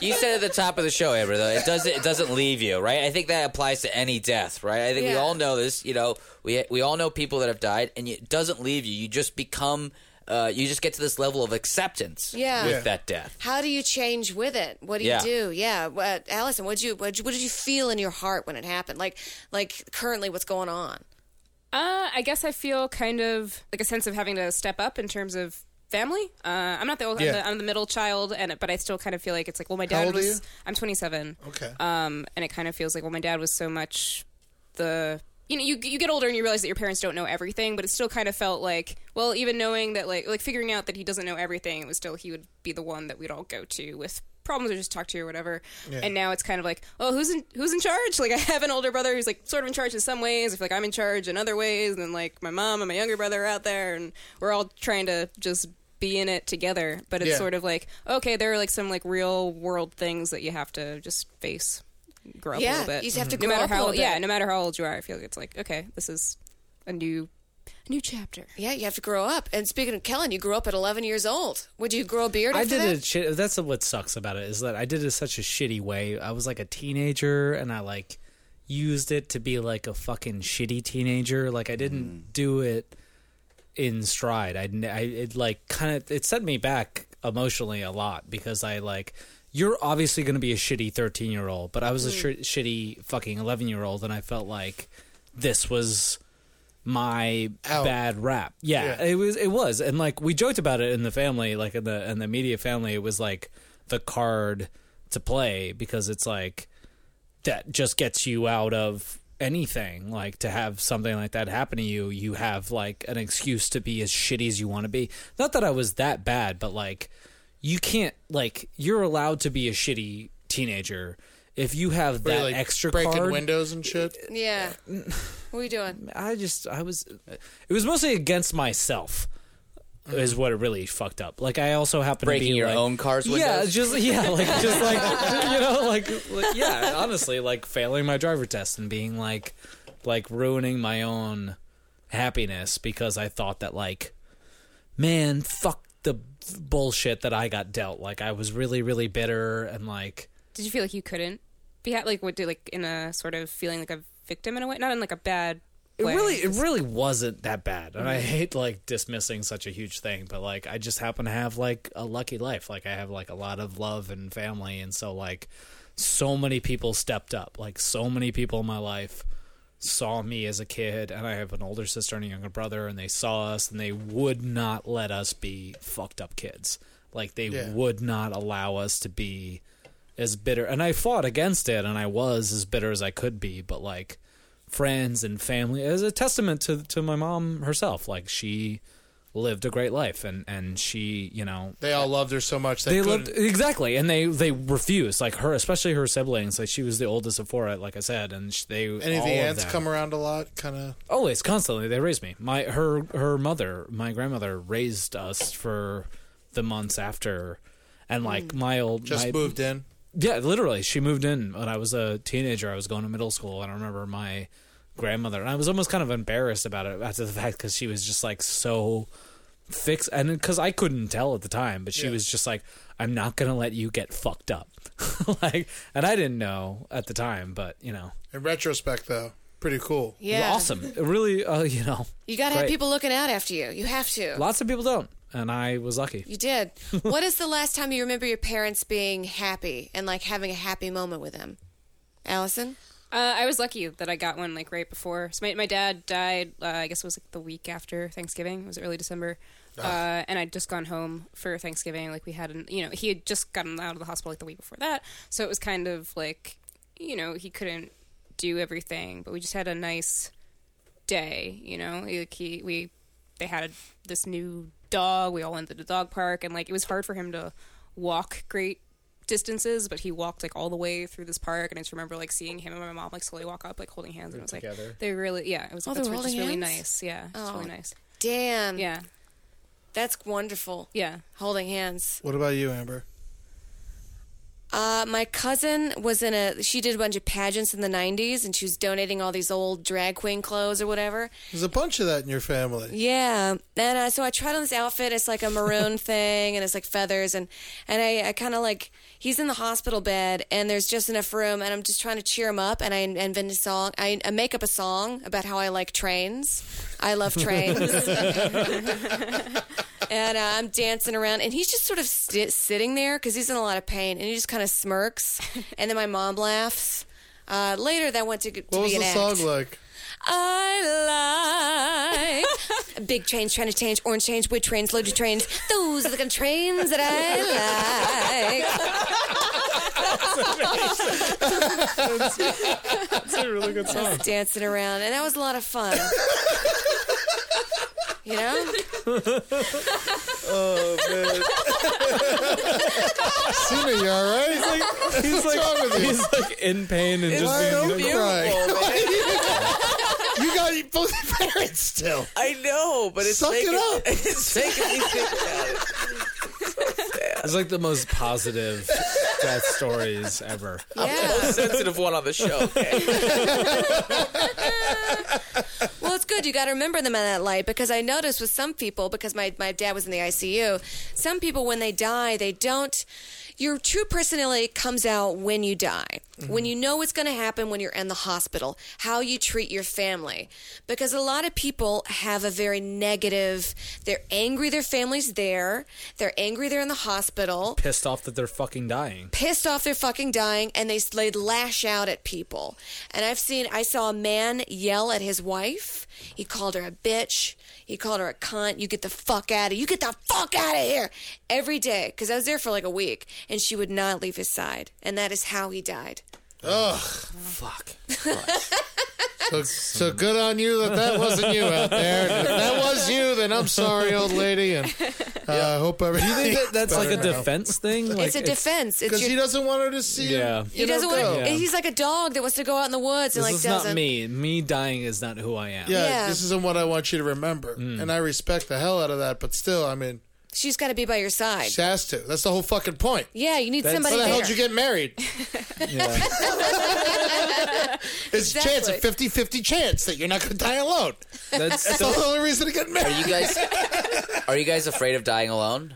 you said at the top of the show, Amber. Though it doesn't, it doesn't leave you, right? I think that applies to any death, right? I think we
Yeah.
all know this. You know, we we all know people that have died, and it doesn't leave you. You just become uh, you just get to this level of acceptance
Yeah.
with
Yeah.
that death.
How do you change with it? What do
Yeah.
you do? Yeah, uh, Allison, what did you what did you feel in your heart when it happened? Like like currently, what's going on?
Uh, I guess I feel kind of like a sense of having to step up in terms of family. Uh, I'm not the old,
Yeah.
I'm, the, I'm the middle child, and it- but I still kind of feel like it's like, well, my
How
dad
old are
was.
you?
I'm 27.
Okay.
Uh,
Um, and it kind of feels like, well, my dad was so much the. You know, you, you get older and you realize that your parents don't know everything, but it still kind of felt like, well, even knowing that, like, like figuring out that he doesn't know everything, it was still he would be the one that we'd all go to with problems or just talk to or whatever.
Yeah.
And now it's kind of like, oh, who's in who's in charge? Like I have an older brother who's like sort of in charge in some ways. I feel like I'm in charge in other ways, and then like my mom and my younger brother are out there, and we're all trying to just be in it together. But it's
Yeah.
sort of like, okay, there are like some like real world things that you have to just face, grow up
Yeah,
a little bit. Mm-hmm.
you just have to
no
grow
matter
up a
how
little
yeah,
bit.
no matter how old you are, I feel like it's like okay, this is a new a new chapter.
Yeah, you have to grow up. And speaking of Kellen, you grew up at 11 years old. Would you grow a beard?
I
after
did
that?
it. Shit, that's what sucks about it is that I did it such a shitty way. I was like a teenager, and I like used it to be like a fucking shitty teenager. Like I didn't do it in stride. I, n- I- it like kind of it set me back emotionally a lot because I like you're obviously going to be a shitty 13 year old, but I was a
Mhm.
sh- shitty fucking 11 year old, and I felt like this was my bad rap. Yeah, it was. It was, and like we joked about it in the family, like in the in the media family, it was like the card to play because it's like that just gets you out of anything like to have something like that happen to you you have like an excuse to be as shitty as you want to be not that i was that bad but like you can't like you're allowed to be a shitty teenager if you have
Were you,
that
like,
extra
breaking
card
windows and shit
Yeah. what are you doing?
I just I was it was mostly against myself is what it really fucked up. Like I also happened
Breaking
to be
your
like-
own car's
Yeah,
windows?
just yeah, like just like you know, like, like, yeah, honestly, like failing my driver test and being like like ruining my own happiness because I thought that like man, fuck the bullshit that I got dealt. Like I was really really bitter and like
Did you feel like you couldn't be ha- like what do like in a sort of feeling like a victim in a way, not in like a bad.
it
way.
really it really wasn't that bad and i
Mhm.
hate like dismissing such a huge thing but like i just happen to have like a lucky life like i have like a lot of love and family and so like so many people stepped up like so many people in my life saw me as a kid and i have an older sister and a younger brother and they saw us and they would not let us be fucked up kids like they
Yeah.
would not allow us to be as bitter and i fought against it and i was as bitter as i could be but like friends and family as a testament to to my mom herself like she lived a great life and and she you know
They all loved her so much. They,
they
couldn't-
lived exactly and they they refused like her especially her siblings like she was the oldest of four like i said and sh- they
Any of
all
the ants
them-
come around a lot, kind of.
always constantly they raised me my her her mother my grandmother raised us for the months after and like my old
Just
my-
moved in.
yeah literally she moved in when i was a teenager i was going to middle school and i remember my grandmother and i was almost kind of embarrassed about it after the fact because she was just like so fixed and because i couldn't tell at the time but she was just like i'm not gonna let you get fucked up like and i didn't know at the time but you know
In retrospect, though, pretty cool.
Yeah.
awesome really uh, you know
You got to have
great.
people looking out after you. You have to.
Lots of people don't, and I was lucky.
You did. what is the last time you remember your parents being happy and like having a happy moment with them? Allison?
Uh, I was lucky that I got one like right before. So my, my dad died. Uh, I guess it was like the week after Thanksgiving. It was early December, uh, and I'd just gone home for Thanksgiving. Like we had, an, you know, he had just gotten out of the hospital like the week before that. So it was kind of like, you know, he couldn't do everything, but we just had a nice day. You know, like he we they had this new dog. We all went to the dog park, and like it was hard for him to walk great distances, but he walked like all the way through this park. And I just remember like seeing him and my mom like slowly walk up, like holding hands, and it was like
Together.
they really, yeah, it was
Oh,
that's
they're
really- just
holding
really
hands?
nice, yeah, it's
Oh.
really nice,
Damn.
yeah,
That's wonderful.
Yeah.
Holding hands.
What about you, Amber?
Uh, my cousin was in a. She did a bunch of pageants in the '90s, and she was donating all these old drag queen clothes or whatever.
There's a bunch of that in your family.
Yeah, and uh, so I tried on this outfit. It's like a maroon thing, and it's like feathers, and and I, I kind of like he's in the hospital bed, and there's just enough room, and I'm just trying to cheer him up, and I invent a song. I, I make up a song about how I like trains. I love trains. and uh, I'm dancing around, and he's just sort of sti sitting there because he's in a lot of pain, and he just kind of smirks, and then my mom laughs. Uh, later, that went to, to
What was
be
the
an act.
song like?
I like big trains trying to change, orange change, wood trains, loaded trains. Those are the kind of trains that I
That's a really good
like. I
song.
was dancing around, and that was a lot of fun. You know,
Cena, you all right?
He's
What's wrong
like,
with you?
he's like in pain and just
Why
being
are
like-
you crying? You got both parents still.
I know, but it's
Suck it
making,
up.
It's making me think about it.
It's like the most positive death stories ever.
yeah.
Most sensitive one on the show.
Well, it's good. You got to remember them in that light because I noticed with some people, because my, my dad was in the ICU, some people, when they die, they don't. Your true personality comes out when you die,
Mm-hmm.
when you know what's going to happen when you're in the hospital, how you treat your family. Because a lot of people have a very negative, they're angry their family's there, they're angry they're in the hospital
Pissed off that they're fucking dying.
pissed off they're fucking dying and they, they lash out at people and i've seen i saw a man yell at his wife he called her a bitch he called her a cunt you get the fuck out of you get the fuck out of here every day because i was there for like a week and she would not leave his side and that is how he died
Fuck.
So, so good on you that that wasn't you out there. And if that was you, then I'm sorry, old lady, and uh, I hope everything. You think
That's like a defense thing. Like,
it's a defense it's
Because
your,
he doesn't want her to see.
Yeah.
Him,
He
he doesn't want
to.
to, he's like a dog that wants to go out in the woods and
This
like
is
doesn't
not me. Me dying is not who I am.
Yeah,
Yeah.
this isn't what I want you to remember,
Mm.
and I respect the hell out of that. But still, I mean,
she's got to be by your side
she has to. That's the whole fucking point.
yeah you need
That's-
somebody
How the
there
hell did you get married?
Yeah.
It's a chance, a
Exactly.
50 50 chance that you're not going to die alone.
That's
That's
so-
the only reason to get
Are
married.
you guys? Are you guys afraid of dying alone?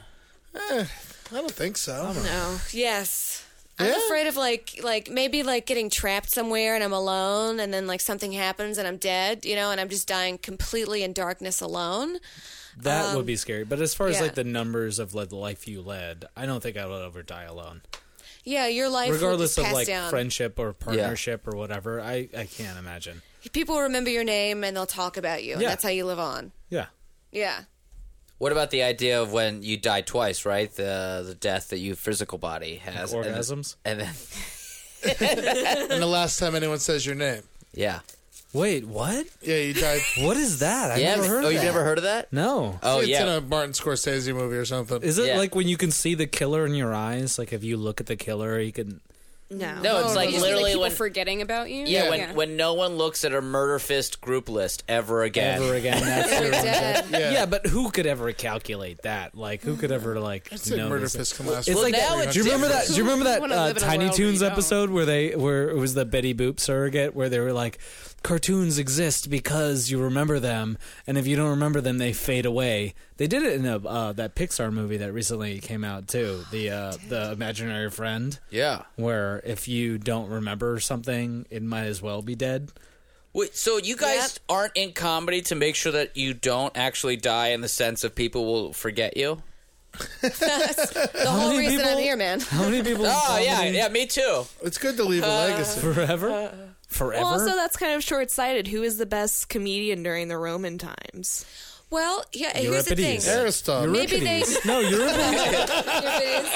I don't think so.
No. Yes.
Yeah?
I'm afraid of like like maybe like getting trapped somewhere and I'm alone and then like something happens and I'm dead, you know, and I'm just dying completely in darkness alone.
that would be scary. But as far as
yeah.
like the numbers of like, the life you led, I don't think I would ever die alone.
Yeah, your life will
Regardless
just
of
pass
like
down.
friendship or partnership or whatever, I, I can't imagine.
People will remember your name and they'll talk about you and
Yeah.
that's how you live on.
Yeah.
Yeah.
What about the idea of when you die twice, right? The the death that your physical body has, and then-
Orgasms.
and then
And the last time anyone says your name.
yeah,
Wait, what?
Yeah, you died.
What is that? I've
yeah.
never heard
oh,
of
you've
that.
never heard of that?
No.
Oh
it's
yeah,
in a Martin Scorsese movie or something.
Is it
Yeah.
like when you can see the killer in your eyes? Like if you look at the killer, you can.
No.
no, it's like
Just be, like
literally
people
when.
forgetting about you.
yeah, when, when no one looks at a murder fist group list ever again.
Ever again? That's your
Dead.
yeah. but who could ever calculate that? Like, who could ever like?
It's in
know
Murder
this?
Fist can last.
It's
for
like
now
three
it's
Do you
hundred-
remember that? Do you remember that
wanna
uh,
live in a
Tiny
world where
Toons
you don't.
episode where they where it was the Betty Boop surrogate where they were like, cartoons exist because you remember them, and if you don't remember them, they fade away. They did it in a, uh, that Pixar movie that recently came out too, the uh, the imaginary friend.
Yeah.
where if you don't remember something, it might as well be dead.
Wait, so you guys aren't in comedy to make sure that you don't actually die in the sense of people will forget you?
The whole
many
reason I'm
people-
here, man.
How many people?
Oh yeah, yeah, me too.
It's good to leave a
Uh,
legacy.
forever, forever.
Well, also that's kind of short-sighted. Who is the best comedian during the Roman times?
Well, yeah, here's the thing.
Euripides.
Aristotle.
Maybe they-
Euripides. no, Euripides.
Euripides.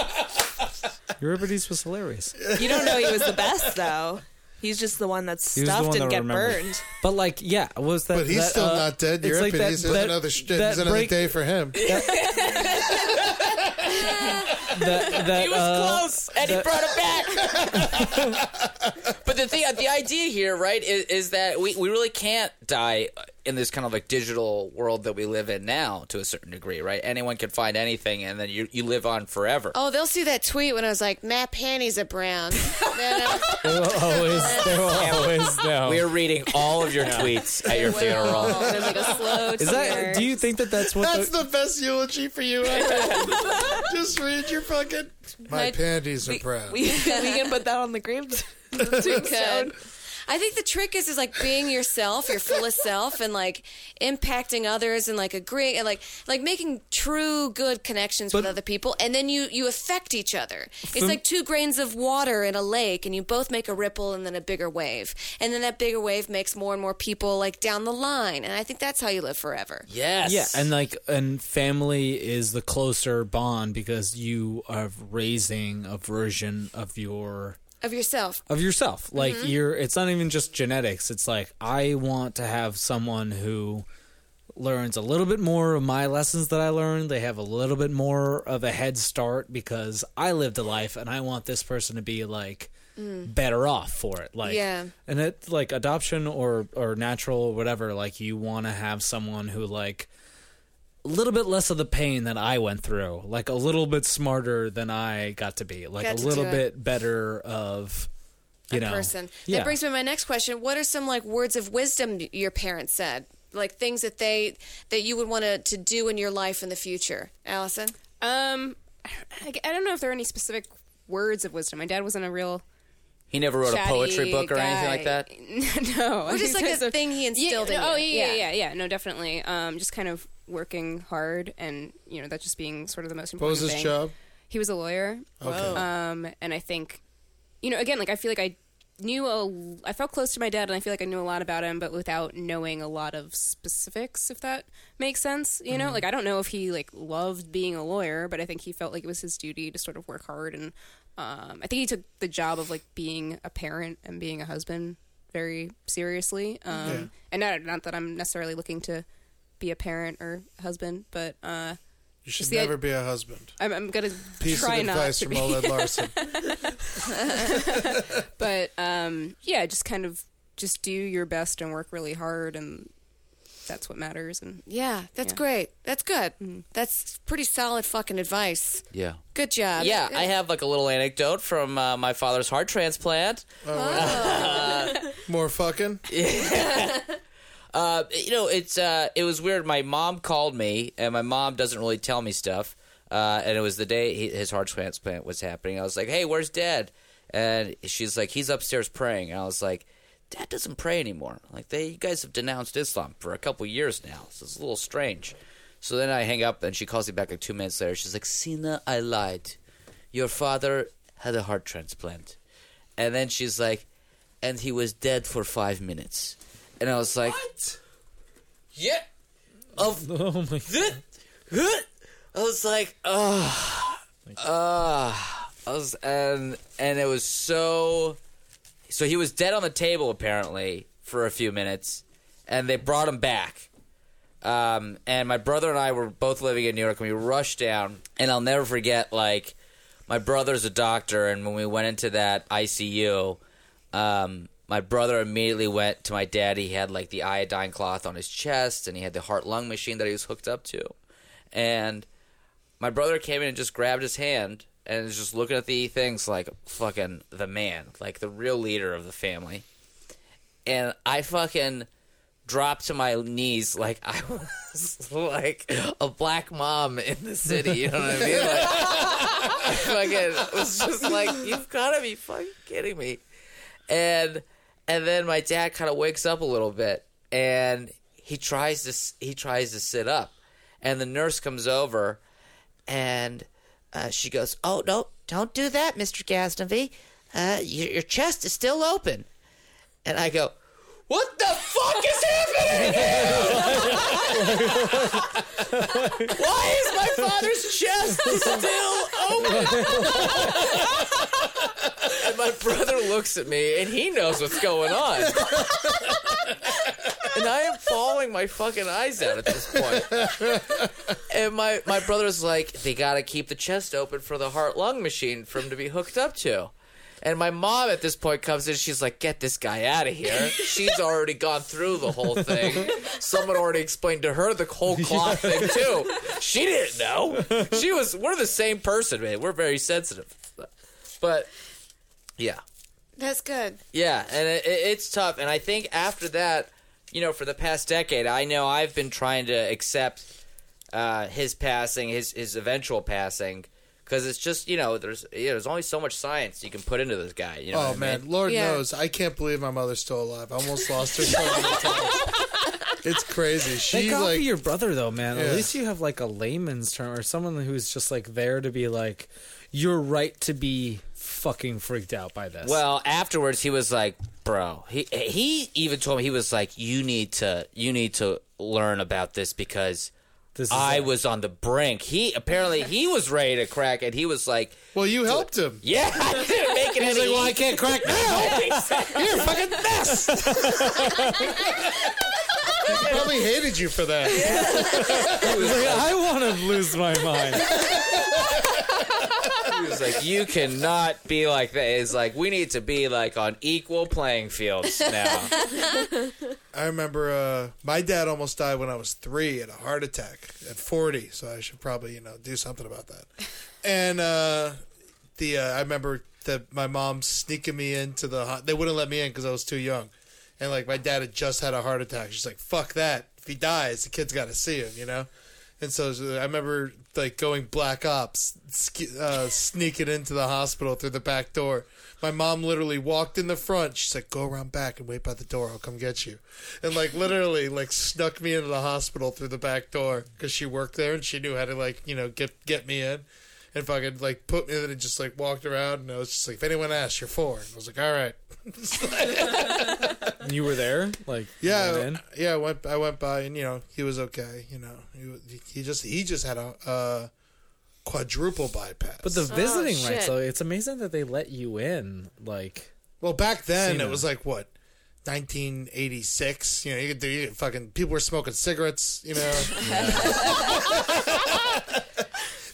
Euripides was hilarious.
You don't know he was the best though. He's just the one that's
He was the
stuffed
one that
and get
remembered.
burned.
But like, yeah, was that?
But he's
that,
still
uh,
not dead.
it's like
Euripides is
that, that,
another, sh- is
that
another
break-
day for him.
That, that,
He was
uh,
close, and he brought it back. but the thing, the idea here, right, is, is that we, we really can't die in this kind of like digital world that we live in now to a certain degree, right? Anyone can find anything, and then you you live on forever.
Oh, they'll see that tweet when I was like, Matt panties are brown. Then, uh,
They will always, they will always know.
We are reading all of your tweets at your funeral.
There's like a slow
Is that? Do you think that that's what?
That's
the,
the best eulogy for you ever. Just read your fucking. My, panties are brown.
we, we can put that on the grave.
Good. I think the trick is is like being yourself, your fullest self, and like impacting others, and like agreeing, and like like making true good connections with other people, and then you you affect each other. It's
For-
like two grains of water in a lake, and you both make a ripple, and then a bigger wave, and then that bigger wave makes more and more people like down the line, and I think that's how you live forever.
Yes.
Yeah, and like and family is the closer bond because you are raising a version of your
Of yourself.
of yourself. Like
Mhm.
you're it's not even just genetics. It's like I want to have someone who learns a little bit more of my lessons that I learned. They have a little bit more of a head start because I lived a life and I want this person to be like
Mm.
better off for it. Like
Yeah.
and it like adoption or or natural or whatever, like you wanna have someone who like a little bit less of the pain that I went through, like a little bit smarter than I got to be, like
Got
a
to
little
do it.
bit better of, you know,
person.
Yeah.
That brings me to my next question. What are some like words of wisdom your parents said? Like things that they that you would want to, to do in your life in the future, Allison.
Um, I, I don't know if there are any specific words of wisdom. My dad wasn't a real
He never wrote a
chatty
poetry book or anything like
guy.
that.
no,
Or just, like, a thing he instilled
yeah,
in
Oh
you.
yeah, yeah,
Yeah.
yeah, yeah. No, definitely. Um, just kind of working hard, and you know that just being sort of the most
What
important
was his
thing.
job?
He was a lawyer.
Okay. Whoa.
Um, and I think, you know, again, like I feel like I knew a, I felt close to my dad, and I feel like I knew a lot about him, but without knowing a lot of specifics, if that makes sense. You know,
Mm-hmm.
Mhm.
like I don't know if he like loved being a lawyer, but I think he felt like it was his duty to sort of work hard, and um, I think he took the job of like being a parent and being a husband very seriously. Um,
Yeah.
And not not that I'm necessarily looking to be a parent or husband, but uh,
You should
just the
never be a husband.
I'm, I'm gonna
Piece
try
of
not
advice
to
from
be.
Oled Larson.
but um, yeah, just kind of just do your best and work really hard, and that's what matters. And
Yeah, Mm-hmm. that's great. That's good. That's pretty solid fucking advice.
Yeah.
Good job.
Yeah, I have like a little anecdote from uh, my father's heart transplant.
More fucking.
Uh, you know, it's uh, it was weird. My mom called me, and my mom doesn't really tell me stuff. Uh, and it was the day he, his heart transplant was happening. I was like, "Hey, where's Dad?" And she's like, "He's upstairs praying." And I was like, "Dad doesn't pray anymore. Like they, you guys have denounced Islam for a couple years now. So it's a little strange." So then I hang up, and she calls me back like two minutes later. She's like, "Sina, I lied. Your father had a heart transplant." And then she's like, and he was dead for five minutes. And I was like, Yeah. Of
oh my
I was like, oh, I was, and and it was so. So he was dead on the table apparently for a few minutes, and they brought him back. Um, and my brother and I were both living in New York, and we rushed down. And I'll never forget, like, my brother's a doctor, and when we went into that ICU, um, my brother immediately went to my dad. He had like the iodine cloth on his chest, and he had the heart lung machine that he was hooked up to. And my brother came in and just grabbed his hand and was just looking at the things like fucking the man, like the real leader of the family. And I fucking dropped to my knees like I was like a black mom in the city. You know what I mean? Like, I fucking was just like, you've got to be fucking kidding me. And and then my dad kind of wakes up a little bit, and he tries to s- he tries to sit up, and the nurse comes over, and uh, she goes, "Oh no, don't do that, Mister Gastonby. Uh, your, your chest is still open." And I go, "What the fuck is happening here?" Why is my father's chest still open? and my brother looks at me and he knows what's going on. and I am bawling my fucking eyes out at this point. And my, my brother's like, they gotta keep the chest open for the heart lung machine for him to be hooked up to. And my mom at this point comes in, she's like, get this guy out of here. She's already gone through the whole thing. Someone already explained to her the whole cloth thing, too. She didn't know. She was, we're the same person, man. We're very sensitive. But, yeah.
That's good.
Yeah, and it, it, it's tough. And I think after that, you know, for the past decade, I know I've been trying to accept uh, his passing, his his eventual passing,
because it's just you know there's yeah, there's only so much science you can put into this guy. You know
oh
what I
man,
mean?
Lord
Yeah.
knows, I can't believe my mother's still alive. I almost lost her. So many times. It's crazy. She
Thank God
like
for your brother though, man.
Yeah.
At least you have like a layman's term or someone who's just like there to be like, you're right to be fucking freaked out by this.
Well, afterwards he was like, "Bro," he he even told me he was like, "You need to you need to learn about this because
is
I
it.
was on the brink." He apparently he was ready to crack, and he was like,
Well, you helped him.
"Yeah, I didn't make it."
He's
any
like, well, I
easier."
can't crack now. You're a fucking mess. he probably hated you for that.
He's like, I want to lose my mind.
He was like, "You cannot be like that." It's like we need to be like on equal playing fields now.
I remember uh, my dad almost died when I was three at a heart attack at 40, so I should probably, you know, do something about that. And uh, the uh, I remember that my mom sneaking me into the ho- they wouldn't let me in because I was too young, and like my dad had just had a heart attack. She's like, "Fuck that! If he dies, the kid's got to see him," you know. And so uh, I remember like going black ops, sk- uh, sneaking into the hospital through the back door. My mom literally walked in the front. She's like, "Go around back and wait by the door. I'll come get you." And like literally, like snuck me into the hospital through the back door because she worked there and she knew how to like you know get get me in. And fucking like put me in and just like walked around and I was just like, if anyone asks, you're four. And I was like, all right.
And you were there, like you
Yeah,
went in?
yeah. I went. I went by, and you know, he was okay. You know, he, wa- he just he just had a uh, quadruple bypass.
But the
Oh,
visiting rights,
shit.
though, it's amazing that they let you in. Like,
well, back then
Seen
it
it.
was like what. 1986, you know, you could do you could fucking people were smoking cigarettes, you know.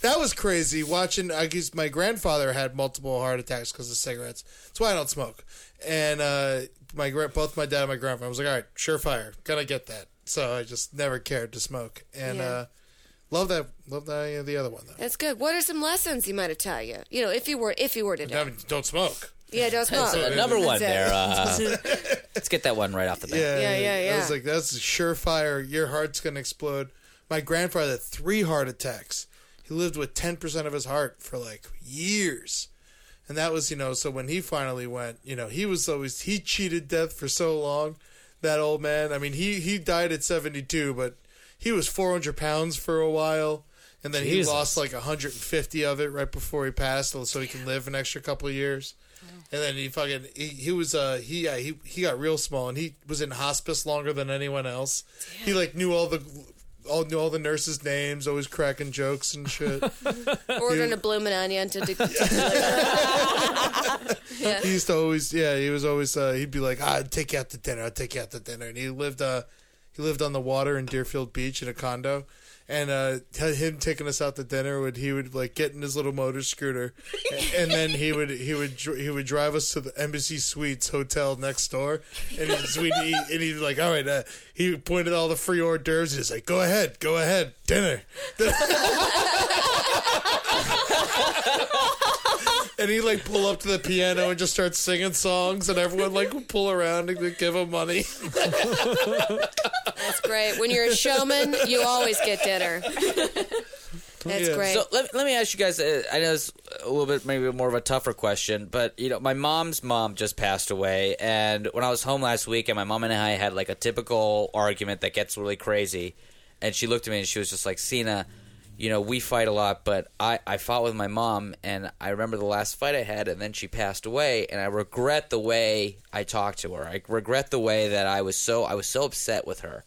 that was crazy watching. I guess my grandfather had multiple heart attacks because of cigarettes. That's why I don't smoke. And uh, my gra- both my dad and my grandfather I was like, all right, surefire, gonna get that. So I just never cared to smoke. And
Yeah.
uh, love that, love that uh, the other one though.
That's good. What are some lessons he might have taught you? You know, if you were if you were to
I
die.
mean, don't smoke.
Yeah, don't smoke.
So number one
That's it.
there. Uh, let's get that one right off the bat.
Yeah,
Yeah, yeah,
I
yeah.
was like, that's a surefire. Your heart's gonna explode. My grandfather had three heart attacks. He lived with ten percent of his heart for like years, and that was you know. So when he finally went, you know, he was always he cheated death for so long. That old man. I mean, he he died at seventy two, but he was four hundred pounds for a while. And then
Jesus.
he lost like 150 of it right before he passed, so he can live an extra couple of years. And then he fucking he, he was uh he uh, he he got real small and he was in hospice longer than anyone else. He like knew all the all knew all the nurses' names, always cracking jokes and shit.
Ordering a bloomin' onion to,
He used to always yeah he was always uh, he'd be like "Ah, I'd take you out to dinner I'd take you out to dinner and he lived uh he lived on the water in Deerfield Beach in a condo. And uh, t- him taking us out to dinner would he would like get in his little motor scooter, a- and then he would he would dr- he would drive us to the Embassy Suites hotel next door, and he's, we'd eat, and he'd be like, all right, uh, he pointed all the free hors d'oeuvres. He's like, go ahead, go ahead, dinner. and he like pull up to the piano and just start singing songs, and everyone like would pull around and like, give him money.
That's great. When you're a showman, you always get dinner. That's great.
So let, let me ask you guys. Uh, I know it's a little bit, maybe more of a tougher question, but you know, my mom's mom just passed away, and when I was home last week, and my mom and I had like a typical argument that gets really crazy, and she looked at me and she was just like, "Cena, you know, we fight a lot, but I I fought with my mom, and I remember the last fight I had, and then she passed away, and I regret the way I talked to her. I regret the way that I was so I was so upset with her."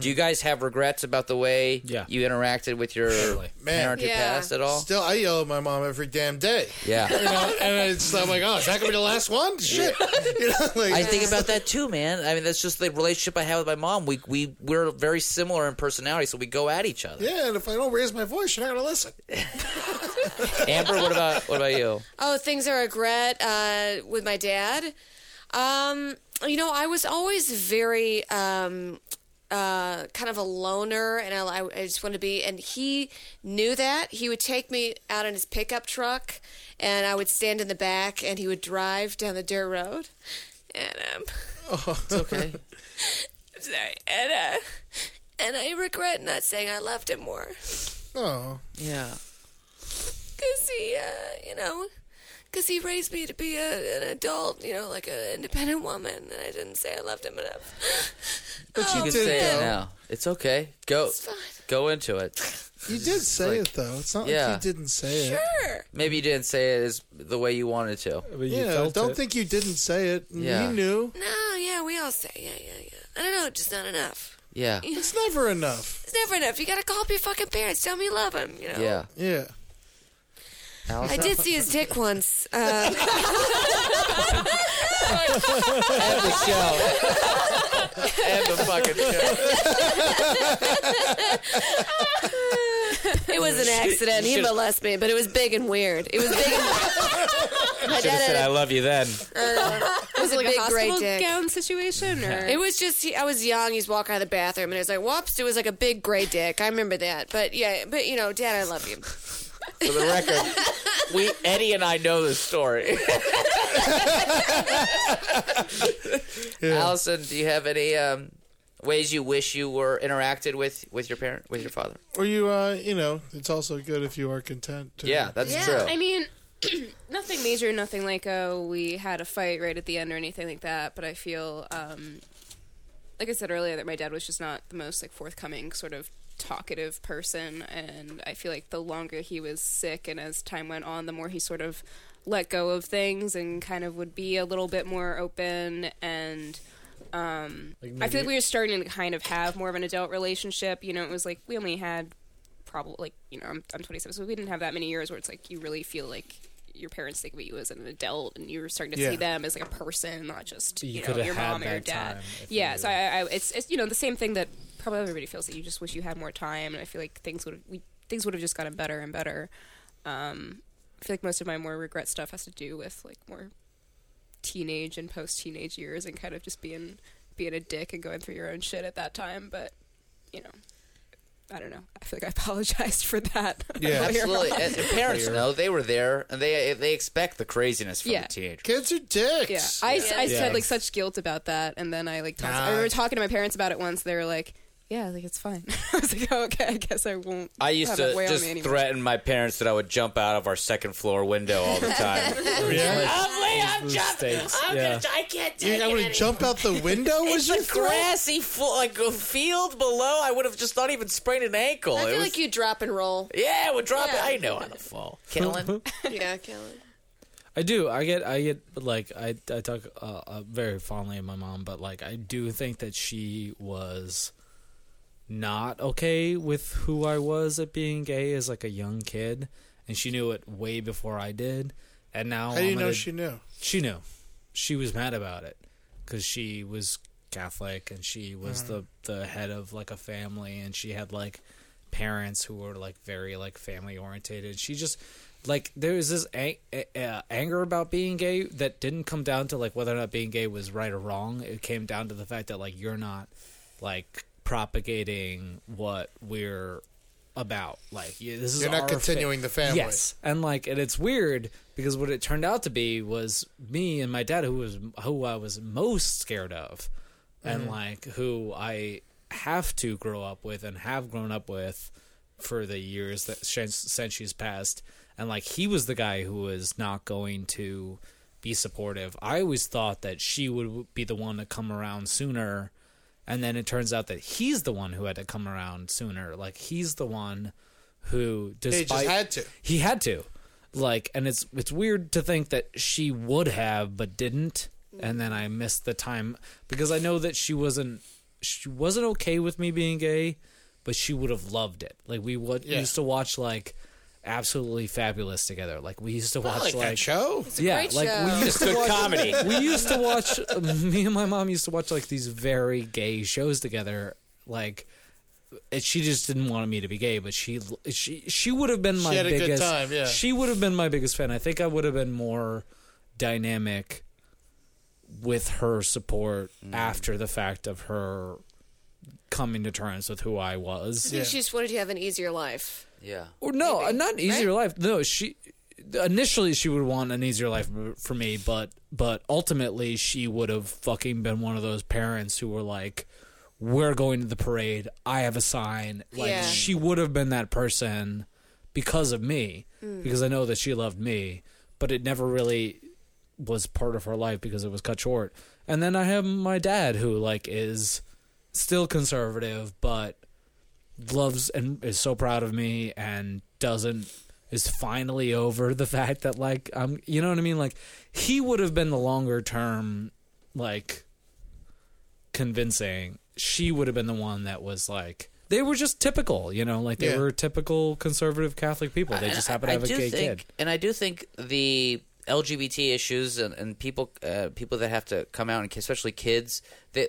Do you guys have regrets about the way
Mm-hmm. Yeah.
you interacted with your
Man.
parent who passed at all?
Still, I yell at my mom every damn day. You
Yeah.
know, and it's, I'm like, oh, is that gonna be the last one? Shit. You know, like,
I think about that too, man. I mean, that's just the relationship I have with my mom. We we we're very similar in personality, so we go at each other.
yeah, and if I don't raise my voice, you're not gonna listen.
Amber, what about what about you?
Oh, things I regret uh, with my dad. Um, you know, I was always very um, uh, kind of a loner, and I, I just wanted to be. And he knew that. He would take me out in his pickup truck, and I would stand in the back, and he would drive down the dirt road. And um,
It's okay.
I'm sorry, and uh, and I regret not saying I loved him more
Oh,
Yeah.
because he be, uh, you know, because he raised me to be a, an adult, you know, like an independent woman, and I didn't say I loved him enough. Oh,
But you can
did,
say it
though.
now. Oh, It's okay. Go go into it.
You did say it though. It's not
Yeah.
like you didn't say it.
Maybe you didn't say it as the way you wanted to.
Yeah, don't think you didn't say it.
Yeah.
You knew.
No, yeah, we all say, yeah, yeah, yeah. I don't know, just not enough.
Yeah.
It's never enough.
It's never enough. You gotta call up your fucking parents. Tell me you love him. You know.
Yeah.
Yeah.
I did see his dick once. Uh,
End the show. End the fucking show.
it was an accident. He molested me, but it was big and weird. It was big. And My
Should have
dad
said I
had
love you then.
a, was a
like
big
a
great
hospital
dick.
gown situation, or
It was just he, I was young. He's walking out of the bathroom, and it was like, "Whoops!" It was like a big gray dick. I remember that. But yeah, but you know, Dad, I love you.
For the record, we Eddie and I know the story. Allison, do you have any um, ways you wish you were interacted with with your parent, with your father?
Or you, uh, you know, it's also good if you are content. To,
Yeah, that's
yeah,
true.
I mean, nothing major, nothing like oh, we had a fight right at the end or anything like that. But I feel, um, like I said earlier, that my dad was just not the most like forthcoming sort of talkative person, and I feel like the longer he was sick and as time went on, the more he sort of let go of things and kind of would be a little bit more open and. Um, I feel like we were starting to kind of have more of an adult relationship. You know, it was like we only had probably like you know I'm, I'm 27 so we didn't have that many years where it's like you really feel like your parents think about you as an adult and you're starting to
Yeah.
see them as like a person not just
You
you, know
coulda
your
had
mom or your
that
dad
time if
yeah
you-
so I, I it's, it's you know the same thing that probably everybody feels that you just wish you had more time and I feel like things would have we things would have just gotten better and better um I feel like most of my more regret stuff has to do with like more teenage and post teenage years and kind of just being being a dick and going through your own shit at that time but you know I don't know. I feel like I apologized for that.
Yeah.
Absolutely. And the parents know they were there, and they they expect the craziness from
Yeah.
the teenager.
Kids are dicks.
Yeah, I, I
Yeah.
said like such guilt about that, and then I like talked, I remember talking to my parents about it once. They were like, "Yeah, like it's fine." I was like, oh, "Okay, I guess I won't."
I used
have
to
it weigh on
just
me anymore.
threaten my parents that I would jump out of our second floor window all the time.
I'm yeah.
You, I would jump out the window. Was your
It's a
threat?
grassy fo- like a field below. I would have just not even sprained an ankle.
I
It
feel
was-
like you drop and roll.
yeah, it would drop. it. I know how to fall. Killing.
Yeah, Kellen.
I do. I get. I get. Like I. I talk uh, uh, very fondly of my mom, but like I do think that she was not okay with who I was at being gay as like a young kid, and she knew it way before I did. And now
How do you
I'm an
know
ad-
she knew?
she knew. She was mad about it because she was Catholic and she was the the head of like a family and she had like parents who were like very like family orientated. She just like there was this ang- a- uh, anger about being gay that didn't come down to like whether or not being gay was right or wrong. It came down to the fact that like you're not like propagating what we're about. Like you, this is
You're not
our
continuing the family.
Yes, and like, and it's weird because what it turned out to be was me and my dad, who was who I was most scared of,
Mm.
and like who I have to grow up with and have grown up with for the years that since, since she's passed, and like he was the guy who was not going to be supportive. I always thought that she would be the one to come around sooner. And then it turns out that he's the one who had to come around sooner. Like he's the one who,
They
despite
just had to.
he had to like and it's it's weird to think that she would have but didn't and then i missed the time because i know that she wasn't she wasn't okay with me being gay but she would have loved it like we would
Yeah.
used to watch like absolutely fabulous together like we used to
I
watch
like
like,
that show.
yeah
great
like we
show.
used to
Good
watch
comedy.
we used to watch me and my mom used to watch like these very gay shows together like it, she just didn't want me to be gay but she she she would have been my
had a good
biggest
time, yeah.
she would have been my biggest fan i think i would have been more dynamic with her support after the fact of her coming to terms with who i was
I think she just wanted to have an easier life.
yeah.
or no, uh, not an easier life. No, she initially she would want an easier life m- for me, but but ultimately she would have fucking been one of those parents who were like, "We're going to the parade. I have a sign." Like
Yeah.
she would have been that person because of me,
Mm.
because I know that she loved me, but it never really was part of her life because it was cut short. And then I have my dad who like is still conservative but loves and is so proud of me and doesn't is finally over the fact that like I'm you know what I mean like he would have been the longer term like convincing she would have been the one that was like they were just typical you know like they
Yeah.
were typical conservative catholic people they
And
just
I-
happen
I
to have a
do
gay
think-
kid
And I do think the LGBT issues and, and people uh, people that have to come out and especially kids that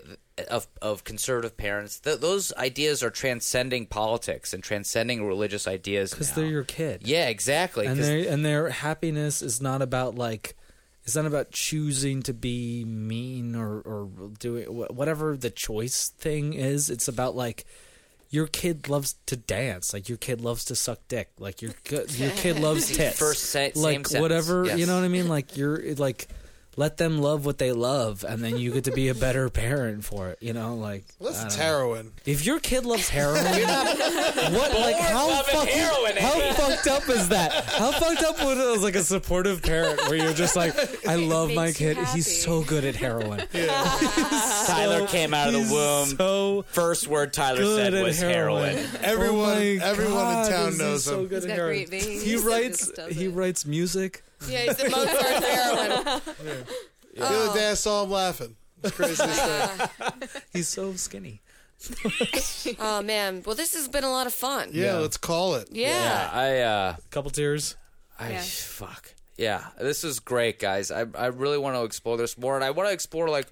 of of conservative parents th- those ideas are transcending politics and transcending religious ideas
because
now.
they're your kid
yeah exactly
and
'cause-
their and their happiness is not about like it's not about choosing to be mean or or doing wh- whatever the choice thing is. It's about like your kid loves to dance, like your kid loves to suck dick, like your ki- your kid loves
The
tits.
first se- same
like
sentence,
whatever you
yes.
know what I mean. Like you're like let them love what they love, and then you get to be a better parent for it. You know, like
Unless
I
it's
don't know.
heroin.
If your kid loves heroin,
You're not-
what like
Born
how
loving
fucking
heroin,
how
Amy.
fucked up is that? How fucked up would it was like a supportive parent where you're just like, I love my kid. He's so good at heroin.
Tyler came out of the womb first word Tyler said
good at
was
heroin.
heroin,
Everyone-
Oh my
everyone in
God,
town
is he
knows
so
him.
good
He's
at
got
heroin.
great veins.
He
He
writes. He writes music.
Yeah, he's the Mozart of heroin.
The
Oh.
other day I saw him laughing. It's crazy.
He's so skinny.
oh man, well this has been a lot of fun.
Yeah, let's call it.
Yeah.
I uh
couple tears.
I
Yeah.
fuck. Yeah, this is great, guys. I I really want to explore this more, and I want to explore like,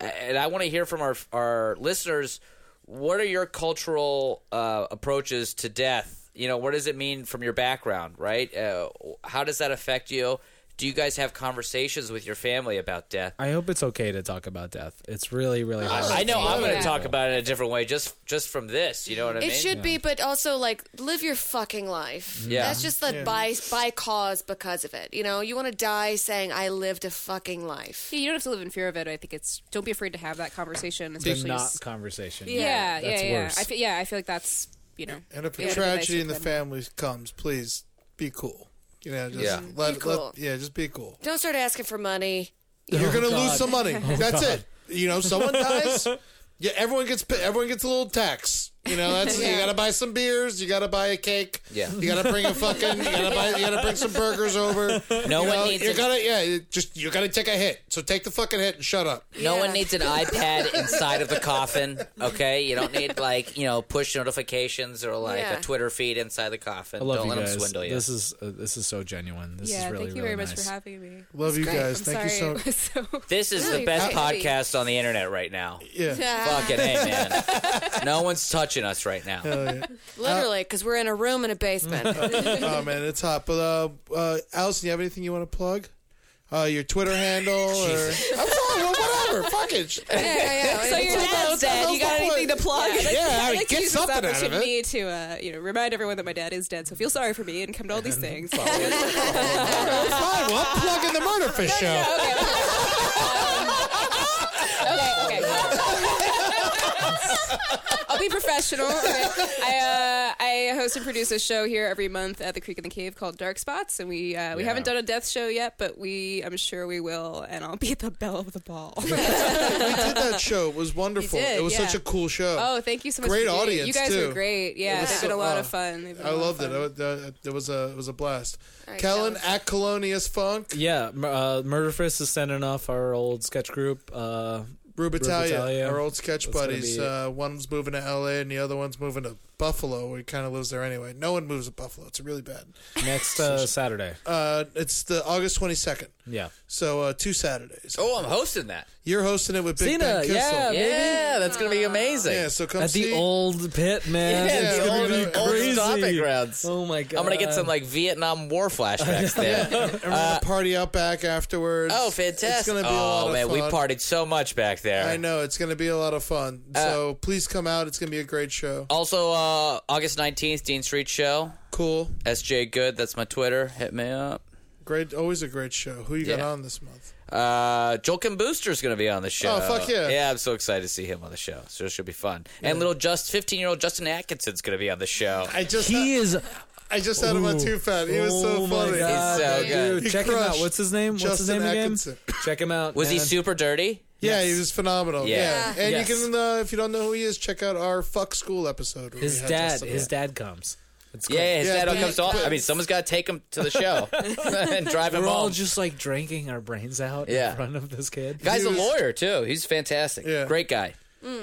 and I want to hear from our our listeners. What are your cultural uh, approaches to death? You know, what does it mean from your background? Right? Uh, how does that affect you? Do you guys have conversations with your family about death?
I hope it's okay to talk about death. It's really, really. hard.
I, I know I'm going
Yeah.
to talk about it in a different way, just just from this. You know what I mean? Mm-hmm.
It should be, but also like live your fucking life.
Yeah.
that's just the
Yeah.
by by cause because of it. You know, you want to die saying I lived a fucking life.
Yeah, you don't have to live in fear of it. I think it's don't be afraid to have that conversation,
The
especially
not conversation.
Yeah, yeah,
That's
yeah.
worse.
I feel, yeah, I feel like that's you know.
And if
yeah,
a
the
tragedy in the
basic
family comes, please be cool. You know, just
Yeah.
let,
Be cool.
let yeah, just be cool.
Don't start asking for money.
You're gonna
God.
lose some money.
Oh,
that's
God.
it. You know, someone dies. Yeah, everyone gets pa- everyone gets a little tax. You know, that's you
Yeah.
gotta buy some beers, you gotta buy a cake,
Yeah.
you gotta bring a fucking, you gotta buy, you gotta bring some burgers over.
No one
you know,
needs
You're
it.
gonna yeah, you just you're gonna take a hit. So take the fucking hit and shut up.
No one needs an iPad inside of the coffin, okay? You don't need like, you know, push notifications or like
Yeah.
a Twitter feed inside the coffin.
I love
don't
you
let
guys.
them swindle you.
This is uh, this is so genuine. This
Yeah,
is really
thank you
really
very much
nice.
for having me.
Love you guys.
I'm
Thank you so-
sorry it was so.
This is
No,
the
you're
best
very sweet.
podcast on the internet right now.
Yeah.
Fucking A, man. No one's touching us right now.
Literally, because we're in a room in a basement.
oh man, it's hot. But uh, uh, Allison, you have anything you want to plug? Uh, your Twitter handle or I'm sorry, well, whatever. Fuck it.
So your
It's about-
dad's dead.
it's
You got
about-
anything to plug?
Yeah, I
I'd like to
get
use
something out
this
of it.
opportunity to uh, you know remind everyone that my dad is dead. So feel sorry for me and come to all these things.
Fine, well, I'm plugging the Murderfish show.
okay, okay. I'll be professional. Okay. I uh, I host and produce a show here every month at the Creek in the Cave called Dark Spots, and we uh, we
Yeah.
haven't done a death show yet, but we I'm sure we will, and I'll be at the bell of the ball.
We did that show. It was wonderful.
You did,
it was
yeah.
such a cool show.
Oh, thank you so much.
Great
for doing it.
audience.
You guys
too.
were great.
It
Yeah,
was
they've
so-
been a lot of
oh,
fun. They've been
I
a lot
loved
of
it. I was- uh, It was a it was a blast.
All right,
Kellen
Kellen.
at Colonius Funk.
Yeah, m- uh, Murder Fist is sending off our old sketch group. Uh,
Rubitalia, our old sketch
That's gonna
buddies.
be-
Uh, one's moving to LA and the other one's moving to Buffalo. He kind of lives there anyway. No one moves to Buffalo. It's really bad.
next uh, Saturday.
Uh, it's the August 22nd.
Yeah.
So uh, two Saturdays.
Oh, I'm hosting that.
You're hosting it with Big
Cena,
Ben Kissel.
yeah, baby. Yeah, that's gonna be amazing.
Yeah, so come
At the
see.
old pit, man.
Yeah,
it's
the
gonna
old-
be
old
crazy.
stomping grounds.
Oh my god!
I'm gonna get some like Vietnam War flashbacks there.
and we're gonna party out back afterwards.
Uh, Oh, fantastic!
It's gonna be
oh
a lot of
man,
fun.
we partied so much back there.
I know it's going to be a lot of fun. so please come out. It's going to be a great show.
Also, uh, August 19th, Dean Street Show.
Cool.
SJ Good, that's my Twitter. Hit me up.
Great, always a great show. Who you got
Yeah.
on this month?
Uh, Joel Kim Booster's going to be on the show.
Oh, fuck yeah.
Yeah, I'm so excited to see him on the show. So it should be fun. And little just 15 year old Justin Atkinson's going to be on the show.
I just
He is
I just had him on
Ooh.
Too Fat. He was so
Oh my
funny.
God,
He's so good.
dude.
He
Check him out.
crushed
What's his name? What's his
Justin
name again?
Atkinson.
Check him out.
Was he
man.
super dirty?
Yeah, he was phenomenal.
Yeah.
Oh, Yeah, and
Yes.
you can, uh, if you don't know who he is, check out our "fuck school" episode. where we
His
had
dad.
Justin
His
on.
dad comes. It's great.
Yeah, his
Yeah,
dad all
but-
comes to all.
but-
I mean, someone's got to take him to the show and drive him
We're all
home.
just like drinking our brains out
Yeah.
in front of this kid.
Guy's
He
a
was-
lawyer too. He's fantastic.
Yeah.
Great guy.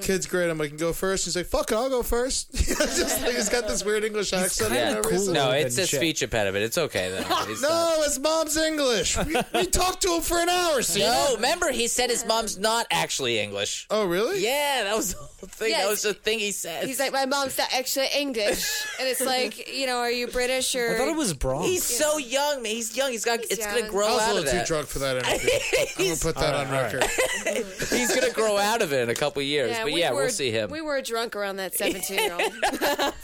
Kid's great. I'm like, go first. He's like, fuck it, I'll go first. just like, he's got this weird English accent.
kinda
for no
cool.
reason.
No,
Little
it's
bit
a
of shit.
speech impediment. It's okay though. He's not-
No, his mom's English. We, we talked to him for an hour. See?
No, Oh, remember he said his mom's not actually English.
Oh, really?
Yeah, that was the whole thing. That
Yes.
was the thing he said.
He's like, my mom's not actually English, and it's like, you know, are you British or?
I thought it was Bronx.
He's so young, man. He's young. He's got. it's gonna
young.
grow
I was a
out of
little too
that.
drunk for that interview. I'm gonna put that on record.
He's gonna grow out of it in a couple years. but yeah,
were,
we'll see him.
Oh, We were drunk around that seventeen-year-old.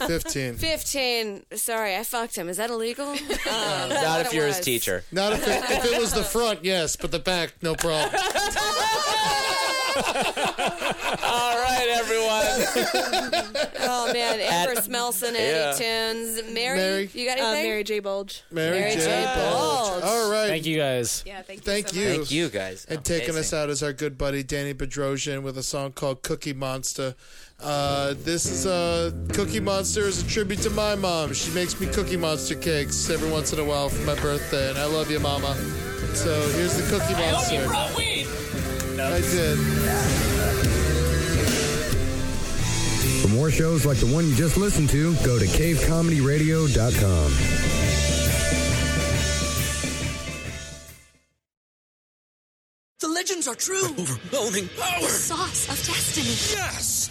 Fifteen.
Fifteen. Sorry, I fucked him. Is that illegal? Um,
not if
it
you're his
was.
teacher.
Not if it, if it was the front, yes, but the back, no problem.
All right, everyone.
Oh man, Amber Smelson, Eddie Tunes, Mary,
Mary.
You got
Uh,
anything? Oh,
Mary J. Bulge.
Mary,
Mary
J.
J.
Bulge.
Bulge.
All right.
Thank you guys.
Yeah, thank you.
Thank you.
Thank you guys.
And taking us
Amazing.
out is our good buddy Danny Bedrosian with a song called Cookie Monster. Uh, this is uh, Cookie Monster is a tribute to my mom. She makes me Cookie Monster cakes every once in a while for my birthday, and I love you, Mama. So here's the Cookie Monster. I did.
For more shows like the one you just listened to, go to cavecomedyradio.com.
The legends are true.
Overwhelming power!
Sauce of destiny.
Yes!